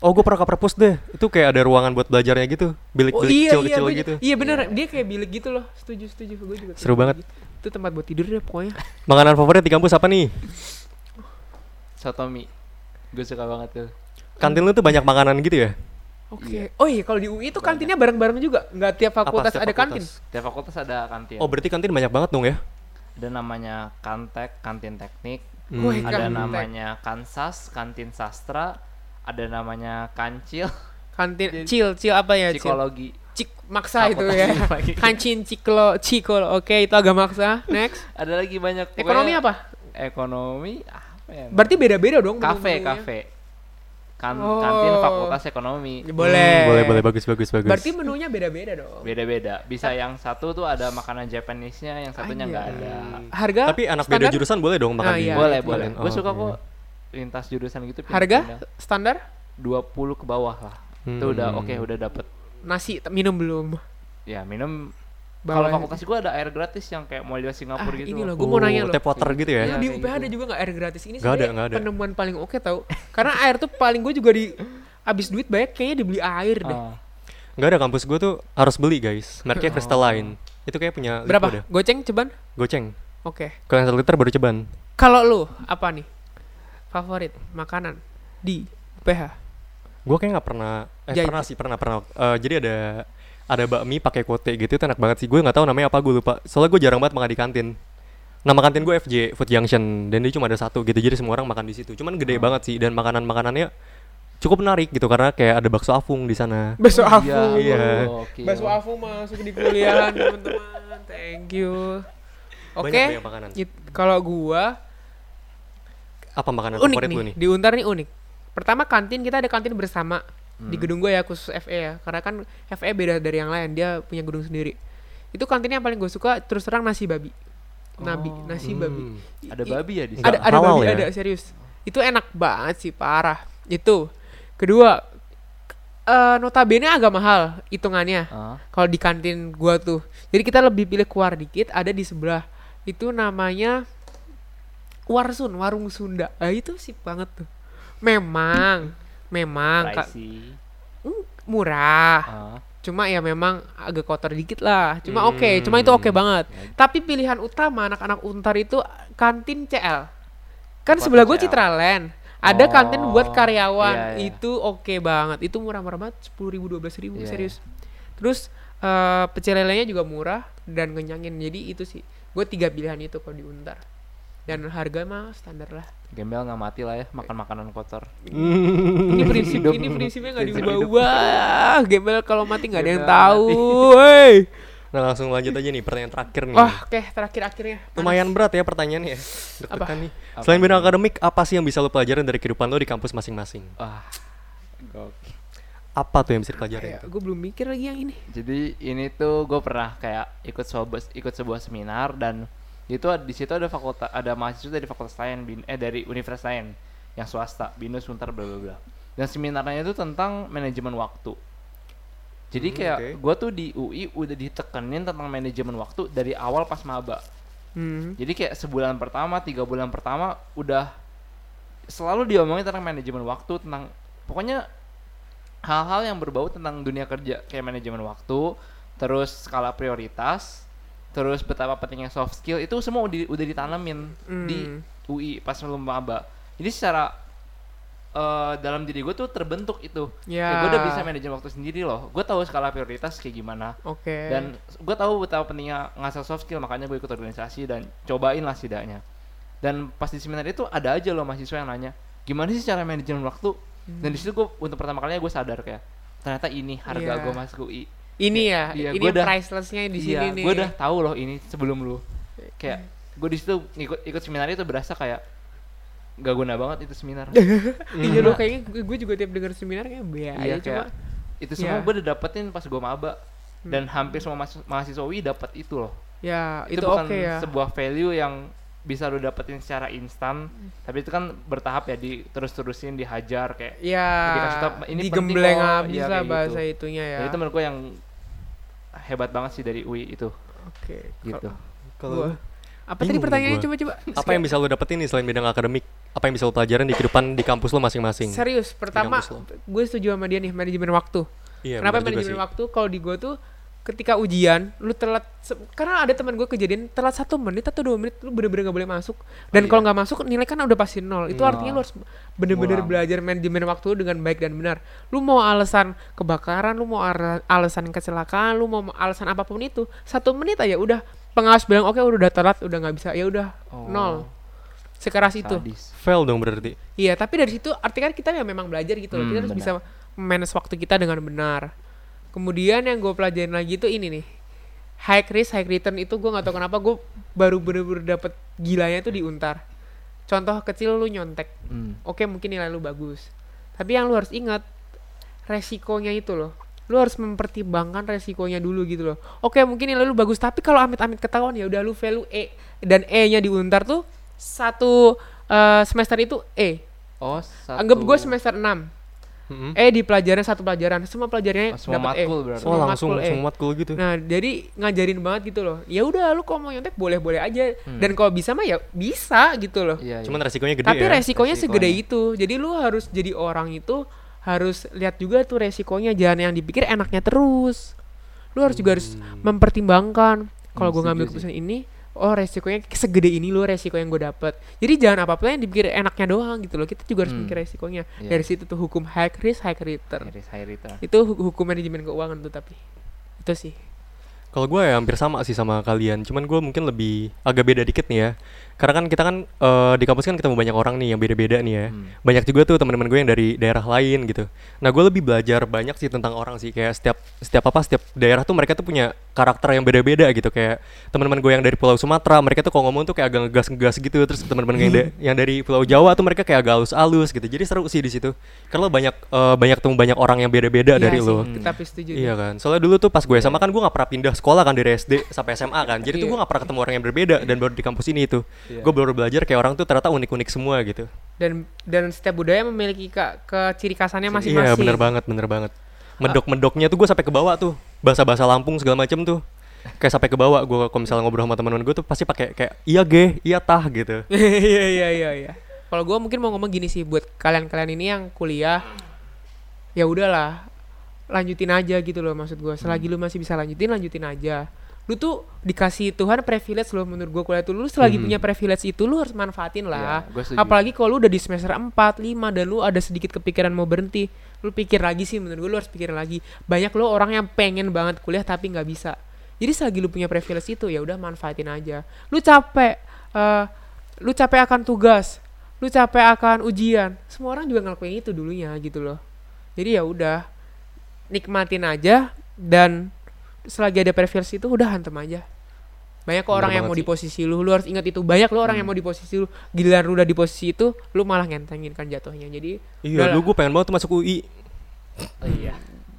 Speaker 1: Oh gue pernah ke perpus deh. Itu kayak ada ruangan buat belajarnya gitu. Bilik-bilik kecil-kecil
Speaker 2: gua-
Speaker 1: gitu.
Speaker 2: Oh, Iya bener, dia kayak bilik gitu loh. Setuju, setuju. Gue juga.
Speaker 1: Seru
Speaker 2: kayak
Speaker 1: banget.
Speaker 2: gitu. Itu tempat buat tidur deh pokoknya.
Speaker 1: Makanan favorit di kampus apa nih?
Speaker 3: Sotomi. Gue suka banget tuh.
Speaker 1: Kantin lu tuh banyak makanan gitu ya?
Speaker 2: Oke. Oh iya, kalau di UI itu kantinnya bareng-bareng juga. Nggak tiap fakultas
Speaker 1: setiap
Speaker 2: ada kantin.
Speaker 1: fakultas?
Speaker 3: Tiap fakultas ada
Speaker 2: Iya.
Speaker 3: kantin.
Speaker 1: Oh berarti kantin banyak banget dong ya?
Speaker 3: Ada namanya Kantek, kantin teknik.
Speaker 1: Hmm.
Speaker 2: Woi, Kantek.
Speaker 3: Ada namanya Kansas, kantin sastra. Ada namanya Kancil,
Speaker 2: Kantin chill, chill apa ya? Chill.
Speaker 3: psikologi.
Speaker 2: Cik maksa itu
Speaker 3: Fakultas
Speaker 2: ya.
Speaker 3: lagi.
Speaker 2: Kancin ciklo, cikol. Oke, itu agak maksa. Next.
Speaker 3: Ada lagi banyak pokoknya-
Speaker 2: Ekonomi apa?
Speaker 3: Ekonomi apa ya?
Speaker 2: Berarti beda-beda dong.
Speaker 3: kafe,
Speaker 2: menu-menunya.
Speaker 3: kafe. Kan-
Speaker 2: Oh.
Speaker 3: Kantin fakultas
Speaker 2: Boleh.
Speaker 3: ekonomi.
Speaker 1: Hmm, boleh boleh bagus bagus bagus.
Speaker 2: Berarti menunya beda-beda dong.
Speaker 3: Beda-beda. Bisa yang satu tuh ada makanan Japanese-nya, yang satunya nggak ada.
Speaker 2: Harga?
Speaker 1: Tapi anak beda
Speaker 2: standar?
Speaker 1: jurusan boleh dong makan
Speaker 2: Ah,
Speaker 1: di
Speaker 2: iya.
Speaker 3: Boleh,
Speaker 1: kantin?
Speaker 3: boleh. Gue
Speaker 1: Oh,
Speaker 3: suka
Speaker 1: oke.
Speaker 3: kok lintas jurusan gitu pindah-
Speaker 2: Harga
Speaker 3: pindah.
Speaker 2: standar?
Speaker 3: 20 ke bawah lah. Itu
Speaker 1: Hmm.
Speaker 3: udah oke, udah dapet.
Speaker 2: Nasi t- minum belum.
Speaker 3: Ya, minum kalau
Speaker 2: Bawahnya.
Speaker 3: fakultas gue ada air gratis yang kayak model Singapura
Speaker 2: Ah,
Speaker 3: gitu.
Speaker 2: ini loh,
Speaker 3: loh.
Speaker 2: gua mau
Speaker 1: Oh,
Speaker 2: nanya loh.
Speaker 1: Tap water gitu ya?
Speaker 2: Lu
Speaker 3: Iya,
Speaker 2: di
Speaker 3: kayak
Speaker 2: UPH ada
Speaker 3: gitu.
Speaker 2: juga nggak air gratis ini?
Speaker 1: Nggak ada,
Speaker 2: sebenarnya
Speaker 1: nggak ada.
Speaker 2: Penemuan paling oke tau. Karena air tuh paling gue juga di abis duit banyak kayaknya dibeli air deh.
Speaker 3: Ah,
Speaker 1: Nggak ada kampus gue tuh harus beli guys. Merknya Crystalline. Itu kayak punya Lipo
Speaker 2: Oh. Berapa?
Speaker 1: dah.
Speaker 2: Goceng ceban?
Speaker 1: Goceng.
Speaker 2: Oke.
Speaker 1: Kalau yang satu liter baru ceban.
Speaker 2: Kalau lu apa nih favorit makanan di UPH?
Speaker 1: Gue kayak nggak pernah. Eh
Speaker 2: Jahit.
Speaker 1: pernah sih pernah pernah. Eh, jadi ada ada bakmi pakai kote gitu itu enak banget sih. Gue nggak tahu namanya apa gue lupa. Soalnya gue jarang banget makan di kantin. Nama kantin gue FJ Food Junction dan dia cuma ada satu gitu. Jadi semua orang makan di situ. Cuman
Speaker 2: Oh.
Speaker 1: gede banget sih dan makanan makanannya cukup menarik gitu karena kayak ada bakso afung di sana.
Speaker 2: Bakso
Speaker 3: iya,
Speaker 2: afu.
Speaker 1: Iya.
Speaker 3: oke.
Speaker 2: Bakso afu masuk di kuliahan teman-teman. Thank you. Oke.
Speaker 1: Banyak-banyak makanan.
Speaker 2: it- Kalau gua
Speaker 1: Apa makanan
Speaker 2: unik
Speaker 1: favorit
Speaker 2: nih,
Speaker 1: lu nih?
Speaker 2: di Untar nih unik. Pertama kantin kita ada kantin bersama di
Speaker 1: Hmm.
Speaker 2: gedung gue ya khusus FE ya, karena kan FE beda dari yang lain, dia punya gedung sendiri. Itu kantinnya yang paling gue suka terus terang nasi babi. Nabi, nasi
Speaker 1: Hmm.
Speaker 2: babi. I-
Speaker 3: Ada
Speaker 2: i-
Speaker 3: babi ya di
Speaker 1: Nggak
Speaker 2: Ada
Speaker 3: sana?
Speaker 2: ada
Speaker 1: halal
Speaker 2: babi
Speaker 1: ya?
Speaker 2: ada serius. Itu enak banget sih parah. Itu. Kedua eh, notabene agak mahal hitungannya.
Speaker 3: Ah,
Speaker 2: Kalau di kantin gua tuh. Jadi kita lebih pilih keluar dikit, ada di sebelah. Itu namanya Warsun, warung Sunda. Ah, itu sip banget tuh. Memang, memang Kak,
Speaker 3: pricey.
Speaker 2: murah.
Speaker 3: Ah,
Speaker 2: Cuma ya memang agak kotor dikit lah. Cuma
Speaker 3: Hmm.
Speaker 2: oke, cuma itu oke banget.
Speaker 3: Ya.
Speaker 2: Tapi pilihan utama anak-anak Untar itu kantin CL. Kan
Speaker 3: Kantin
Speaker 2: sebelah gue
Speaker 3: CL.
Speaker 2: Citraland. Ada kantin buat
Speaker 3: Oh,
Speaker 2: karyawan.
Speaker 3: iya, iya.
Speaker 2: Itu oke banget. Itu murah-murah banget, 10.000 12.000
Speaker 3: Iya,
Speaker 2: serius. Terus eh pecel lelenya juga murah dan kenyangin. Jadi itu sih gue tiga pilihan itu kalau di Untar. Dan harga mah standar lah.
Speaker 3: gembel nggak mati lah ya makan makanan kotor.
Speaker 2: Ini prinsip
Speaker 3: Hidup.
Speaker 2: ini prinsipnya nggak
Speaker 3: Prinsip
Speaker 2: diubah-ubah. Gembel kalau mati nggak ada yang
Speaker 3: Gembel mati.
Speaker 2: tahu. Woi.
Speaker 1: Nah langsung lanjut aja nih pertanyaan terakhir
Speaker 3: Hmm.
Speaker 1: nih.
Speaker 2: Wah, oke terakhir akhirnya.
Speaker 1: Lumayan berat ya pertanyaannya. ya. Deg-degan nih.
Speaker 3: Apa?
Speaker 1: Selain bidang
Speaker 3: Ah.
Speaker 1: akademik, apa sih yang bisa lo pelajarin dari kehidupan lo di kampus masing-masing?
Speaker 3: Wah, gokil.
Speaker 1: apa tuh yang bisa dipelajari itu?
Speaker 2: gue Iya, belum mikir lagi yang ini
Speaker 3: Jadi ini tuh gue pernah kayak ikut sebuah ikut sebuah seminar dan itu ada- di situ ada fakultas ada mahasiswa dari fakultas lain bin, eh dari universitas lain yang swasta binus untar bla bla bla. Dan seminarnya itu tentang manajemen waktu. Jadi
Speaker 1: Hmm,
Speaker 3: kayak
Speaker 1: oke.
Speaker 3: gue tuh di UI udah ditekenin tentang manajemen waktu dari awal pas maba.
Speaker 2: hmm.
Speaker 3: Jadi kayak sebulan pertama, tiga bulan pertama udah selalu diomongin tentang manajemen waktu, tentang pokoknya hal-hal yang berbau tentang dunia kerja kayak manajemen waktu, terus skala prioritas, terus betapa pentingnya soft skill itu semua udah, udah ditanamin di
Speaker 2: Hmm.
Speaker 3: UI pas belum maba. Jadi secara eh, dalam diri gue tuh terbentuk itu.
Speaker 2: Ya.
Speaker 3: gue udah bisa manajemen waktu sendiri loh. Gue tahu skala prioritas kayak gimana
Speaker 2: oke
Speaker 3: dan gue tahu betapa pentingnya ngasah soft skill makanya gue ikut organisasi dan cobain lah setidaknya dan pas di seminar itu ada aja loh mahasiswa yang nanya gimana sih cara manajemen waktu
Speaker 2: Hmm.
Speaker 3: dan di situ gue untuk pertama kalinya gue sadar kayak ternyata ini harga
Speaker 2: Iya.
Speaker 3: gue masuk UI
Speaker 2: ini ya
Speaker 3: Iya,
Speaker 2: ini
Speaker 3: gua dah-
Speaker 2: pricelessnya di sini
Speaker 3: iya
Speaker 2: nih Hmm.
Speaker 3: gue udah tahu loh ini sebelum lu kayak gue di situ ikut ikut seminar itu berasa kayak gak guna banget itu seminar
Speaker 2: iya loh kayaknya gue juga tiap denger seminar kayak bea
Speaker 3: Hmm. iya
Speaker 2: aja cuma
Speaker 3: kayak itu semua
Speaker 2: Iya. Hmm.
Speaker 3: gue udah dapetin pas gue maba dan hampir semua mahasiswa- mahasiswa UI dapat itu loh
Speaker 2: ya itu,
Speaker 3: itu, bukan
Speaker 2: oke ya
Speaker 3: sebuah value yang bisa lu dapetin secara instan
Speaker 2: Hmm.
Speaker 3: tapi itu kan bertahap ya di terus-terusin dihajar kayak
Speaker 2: ya
Speaker 3: dikasih tau, ini
Speaker 2: digembleng
Speaker 3: penting kok,
Speaker 2: abis
Speaker 3: iya,
Speaker 2: lah
Speaker 3: kayak gitu.
Speaker 2: bahasa itunya ya
Speaker 3: jadi itu menurut gue yang hebat banget sih dari UI itu
Speaker 2: oke
Speaker 3: gitu
Speaker 2: kalau-
Speaker 1: Kalau
Speaker 2: Wah. apa tadi
Speaker 1: bingung
Speaker 2: pertanyaannya
Speaker 1: gua.
Speaker 2: coba-coba
Speaker 1: apa yang bisa lo dapetin nih selain bidang akademik? Apa yang bisa lo pelajarin di kehidupan di kampus lo masing-masing?
Speaker 2: serius pertama
Speaker 1: kampus lo.
Speaker 2: gue setuju sama dia nih manajemen waktu
Speaker 1: Iya, bener
Speaker 2: Kenapa
Speaker 1: juga
Speaker 2: manajemen
Speaker 1: sih.
Speaker 2: waktu? Kalau di gue tuh ketika ujian lu telat se- karena ada teman gue kejadian telat satu menit atau dua menit lu bener-bener gak boleh masuk
Speaker 1: Oh,
Speaker 2: dan
Speaker 3: iya.
Speaker 2: kalau nggak masuk nilai kan udah pasti nol itu
Speaker 3: Nol.
Speaker 2: artinya lu harus bener-bener
Speaker 3: Ngulang.
Speaker 2: belajar manajemen waktu lu dengan baik dan benar lu mau alasan kebakaran lu mau ara- alasan kecelakaan lu mau alasan apapun itu satu menit aja udah pengawas bilang oke udah telat udah nggak bisa ya udah
Speaker 3: Oh.
Speaker 2: nol sekeras itu
Speaker 3: Sadis.
Speaker 1: Fail dong berarti.
Speaker 2: Iya, tapi dari situ artinya kan kita ya memang belajar gitu loh. kita
Speaker 3: Hmm,
Speaker 2: harus bisa
Speaker 3: benar.
Speaker 2: manage waktu kita dengan benar. Kemudian yang gue pelajarin lagi itu ini nih. High risk, high return itu gue gak tau kenapa gue baru bener-bener dapet gilanya tuh di Untar. Contoh kecil lu nyontek.
Speaker 3: Hmm.
Speaker 2: Oke, mungkin nilai lu bagus. Tapi yang lu harus ingat resikonya itu loh. Lu harus mempertimbangkan resikonya dulu gitu loh. Oke, mungkin nilai lu bagus, tapi kalau amit-amit ketahuan ya udah lu value E dan E-nya di Untar tuh satu eh, semester itu E.
Speaker 3: oh satu
Speaker 2: Anggap gue semester 6
Speaker 1: Mm-mm.
Speaker 2: Eh di pelajaran satu pelajaran Semua pelajarannya
Speaker 3: Oh, semua
Speaker 2: dapat E
Speaker 3: matkul berarti.
Speaker 1: Oh
Speaker 2: Semua
Speaker 1: langsung
Speaker 2: matkul E.
Speaker 1: semua matkul gitu.
Speaker 2: Nah jadi ngajarin banget gitu loh Ya udah lu kalau mau nyontek boleh-boleh aja
Speaker 3: Hmm.
Speaker 2: Dan kalau bisa mah ya bisa gitu loh
Speaker 3: iya,
Speaker 1: Cuman
Speaker 3: Cuman
Speaker 1: resikonya gede
Speaker 2: Tapi
Speaker 1: ya.
Speaker 2: resikonya, segede
Speaker 3: Resikonya.
Speaker 2: itu Jadi lu harus jadi orang itu Harus lihat juga tuh resikonya Jangan yang dipikir enaknya terus Lu harus juga harus mempertimbangkan Kalau
Speaker 3: Hmm,
Speaker 2: gue ngambil
Speaker 3: setuju sih.
Speaker 2: keputusan ini Oh resikonya segede ini loh resiko yang gue dapat. Jadi jangan apa-apa yang dipikir enaknya doang gitu loh. Kita juga harus
Speaker 3: Hmm.
Speaker 2: mikir resikonya.
Speaker 3: Iya.
Speaker 2: Dari situ tuh hukum high risk high return
Speaker 3: high return
Speaker 2: itu hu- hukum manajemen keuangan tuh tapi itu sih
Speaker 1: Kalau gue ya hampir sama sih sama kalian, cuman gue mungkin lebih agak beda dikit nih ya. Karena kan kita kan eh, di kampus kan ketemu banyak orang nih yang beda-beda nih ya.
Speaker 2: Hmm.
Speaker 1: Banyak juga tuh teman-teman gue yang dari daerah lain gitu. Nah gue lebih belajar banyak sih tentang orang sih kayak setiap setiap apa setiap daerah tuh mereka tuh punya karakter yang beda-beda gitu. Kayak teman-teman gue yang dari Pulau Sumatera mereka tuh kalau ngomong tuh kayak agak ngegas-ngegas gitu. Terus teman-teman gue yang, da- yang dari Pulau Jawa tuh mereka kayak agak halus-halus gitu. Jadi seru sih di situ. Karena lo banyak eh, banyak temu banyak orang yang beda-beda
Speaker 2: Iya
Speaker 1: dari
Speaker 2: sih,
Speaker 1: lo.
Speaker 2: kita tapi setuju
Speaker 1: Iya kan. Soalnya dulu tuh pas gue SMA kan gue nggak pernah pindah sekolah kan dari SD sampai SMA kan. Jadi tuh
Speaker 2: Iya.
Speaker 1: gue nggak pernah ketemu orang yang berbeda dan baru di kampus ini itu.
Speaker 3: Iya.
Speaker 1: Gue baru belajar kayak orang tuh ternyata unik-unik semua gitu.
Speaker 2: dan dan setiap budaya memiliki ke, ke ciri khasannya masing-masing
Speaker 1: Iya bener banget bener banget. Mendok-mendoknya tuh gue sampai ke bawah tuh. Bahasa-bahasa Lampung segala macem tuh. Kayak sampai ke bawah gue kalau misalnya ngobrol sama teman-teman gue tuh pasti pakai kayak iya ge, iya tah gitu.
Speaker 2: iya iya iya iya kalau gue mungkin mau ngomong gini sih buat kalian-kalian ini yang kuliah ya udahlah lanjutin aja gitu loh maksud gue selagi lu
Speaker 3: Hmm.
Speaker 2: masih bisa lanjutin lanjutin aja lu tuh dikasih Tuhan privilege loh menurut gue kuliah tuh lu selagi punya privilege itu lu harus manfaatin lah
Speaker 3: Iya, Hmm. gua setuju.
Speaker 2: apalagi kalau lu udah di semester 4, 5 dan lu ada sedikit kepikiran mau berhenti lu pikir lagi sih menurut gue lu harus pikir lagi banyak lo orang yang pengen banget kuliah tapi nggak bisa jadi selagi lu punya privilege itu ya udah manfaatin aja lu capek eh, lu capek akan tugas lu capek akan ujian semua orang juga ngelakuin itu dulunya gitu loh jadi ya udah nikmatin aja dan selagi ada privilege itu udah hantem aja. Banyak kok
Speaker 1: Bener
Speaker 2: orang yang
Speaker 1: banget
Speaker 2: mau di
Speaker 1: sih. Hmm.
Speaker 2: posisi lu, lu harus ingat itu. Banyak lo orang yang mau di posisi lu, giliran lu udah di posisi itu, lu malah ngentengin kan jatuhnya. Jadi
Speaker 1: Iya,
Speaker 2: udahlah.
Speaker 1: lu gue pengen banget tuh masuk UI.
Speaker 3: Oh iya.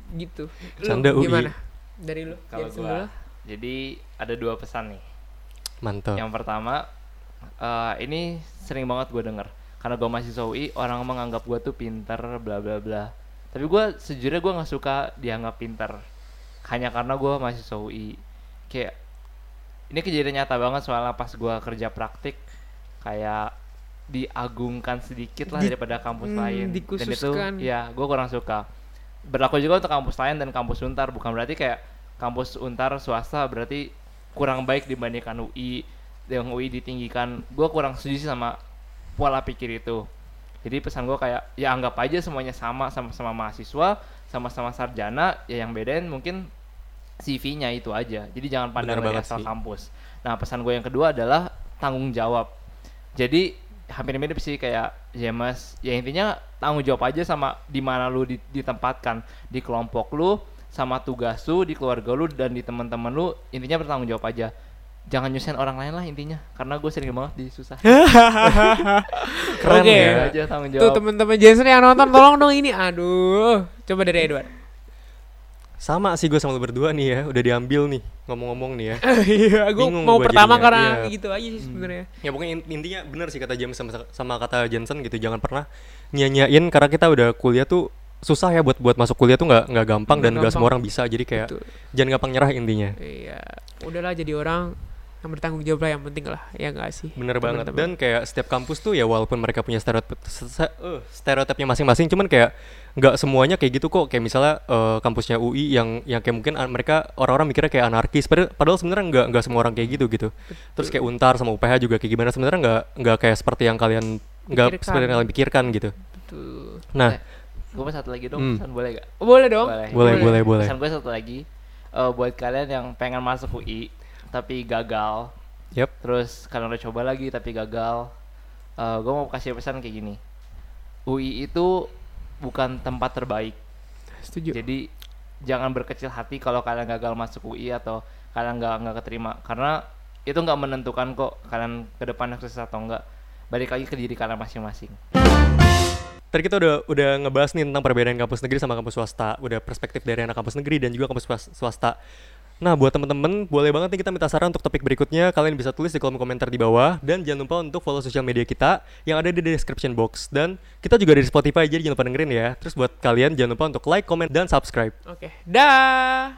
Speaker 2: gitu Lu
Speaker 1: Canda UI.
Speaker 2: gimana dari lu
Speaker 3: Kalau
Speaker 2: Jensen dulu.
Speaker 3: gua jadi ada dua pesan nih.
Speaker 1: Mantap.
Speaker 3: Yang pertama, eh, ini sering banget gue denger. Karena gue masih UI, orang menganggap gue tuh pinter, bla bla bla. Tapi gue sejujurnya gue nggak suka dianggap pinter. Hanya karena gue masih UI. Kayak ini kejadian nyata banget soalnya pas gue kerja praktik kayak diagungkan sedikit lah
Speaker 2: Di-
Speaker 3: daripada kampus
Speaker 2: hmm,
Speaker 3: lain. Dan itu,
Speaker 2: dikhususkan.
Speaker 3: ya gue kurang suka. Berlaku juga untuk kampus lain dan kampus untar. Bukan berarti kayak kampus untar swasta berarti kurang baik dibandingkan UI yang UI ditinggikan gue kurang setuju sih sama pola pikir itu jadi pesan gue kayak ya anggap aja semuanya sama sama-sama mahasiswa sama-sama sarjana ya yang bedain mungkin CV-nya itu aja jadi jangan pandang
Speaker 1: Benar
Speaker 3: dari
Speaker 1: banget
Speaker 3: asal
Speaker 1: sih.
Speaker 3: kampus nah pesan gue yang kedua adalah tanggung jawab jadi hampir mirip sih kayak James ya intinya tanggung jawab aja sama di mana lu di- ditempatkan di kelompok lu sama tugas lu di keluarga lu dan di teman-teman lu intinya bertanggung jawab aja jangan nyusahin orang lain lah intinya karena gue sering banget disusah Iya,
Speaker 1: Keren
Speaker 2: Oke.
Speaker 1: ya.
Speaker 3: aja tanggung
Speaker 2: tuh
Speaker 3: jawab
Speaker 2: teman-teman Jensen yang nonton tolong dong ini aduh coba dari Edward
Speaker 1: Sama sih gue sama lu berdua nih ya, udah diambil nih ngomong-ngomong nih ya.
Speaker 2: iya gue
Speaker 1: Bingung
Speaker 2: mau
Speaker 1: gua
Speaker 2: pertama
Speaker 1: jadinya,
Speaker 2: karena
Speaker 1: iya.
Speaker 2: gitu aja sih sebenarnya
Speaker 1: ya pokoknya in- intinya benar sih kata James sama, sama kata Jensen gitu jangan pernah nyanyain karena kita udah kuliah tuh susah ya buat buat masuk kuliah tuh nggak nggak gampang dan
Speaker 2: Nggak
Speaker 1: nggak semua
Speaker 2: gampang.
Speaker 1: orang bisa jadi kayak
Speaker 2: Betul.
Speaker 1: jangan gampang nyerah intinya
Speaker 2: iya udahlah jadi orang yang bertanggung jawab lah yang penting lah ya nggak sih
Speaker 1: bener banget dan
Speaker 2: teman-teman?
Speaker 1: kayak setiap kampus tuh ya walaupun mereka punya stereotip se- se- eh, stereotipnya masing-masing cuman kayak nggak semuanya kayak gitu kok kayak misalnya eh, kampusnya UI yang yang kayak mungkin an- mereka orang-orang mikirnya kayak anarkis padahal, padahal sebenarnya nggak nggak semua orang kayak gitu gitu terus kayak untar sama UPH juga kayak gimana sebenarnya nggak nggak kayak seperti yang kalian nggak
Speaker 2: Pikirkan.
Speaker 1: seperti yang kalian pikirkan gitu
Speaker 2: Betul.
Speaker 1: nah
Speaker 3: gue mau satu lagi dong
Speaker 1: Hmm.
Speaker 3: pesan boleh gak?
Speaker 2: boleh dong
Speaker 3: Boleh.
Speaker 1: Boleh, boleh, boleh.
Speaker 3: pesan gue satu lagi Eh, buat kalian yang pengen masuk UI tapi gagal
Speaker 1: Yap.
Speaker 3: terus kalian udah coba lagi tapi gagal gue mau kasih pesan kayak gini UI itu bukan tempat terbaik
Speaker 2: setuju
Speaker 3: jadi jangan berkecil hati kalau kalian gagal masuk UI atau kalian nggak nggak keterima karena itu nggak menentukan kok kalian ke depan sukses atau enggak balik lagi ke diri kalian masing-masing
Speaker 1: Tadi kita udah udah ngebahas nih tentang perbedaan kampus negeri sama kampus swasta, udah perspektif dari anak kampus negeri dan juga kampus swas- swasta. Nah, buat temen-temen, boleh banget nih kita minta saran untuk topik berikutnya. Kalian bisa tulis di kolom komentar di bawah. Dan jangan lupa untuk follow sosial media kita yang ada di description box. Dan kita juga ada di Spotify, jadi jangan lupa dengerin ya. Terus buat kalian, jangan lupa untuk like, comment, dan subscribe.
Speaker 2: oke dah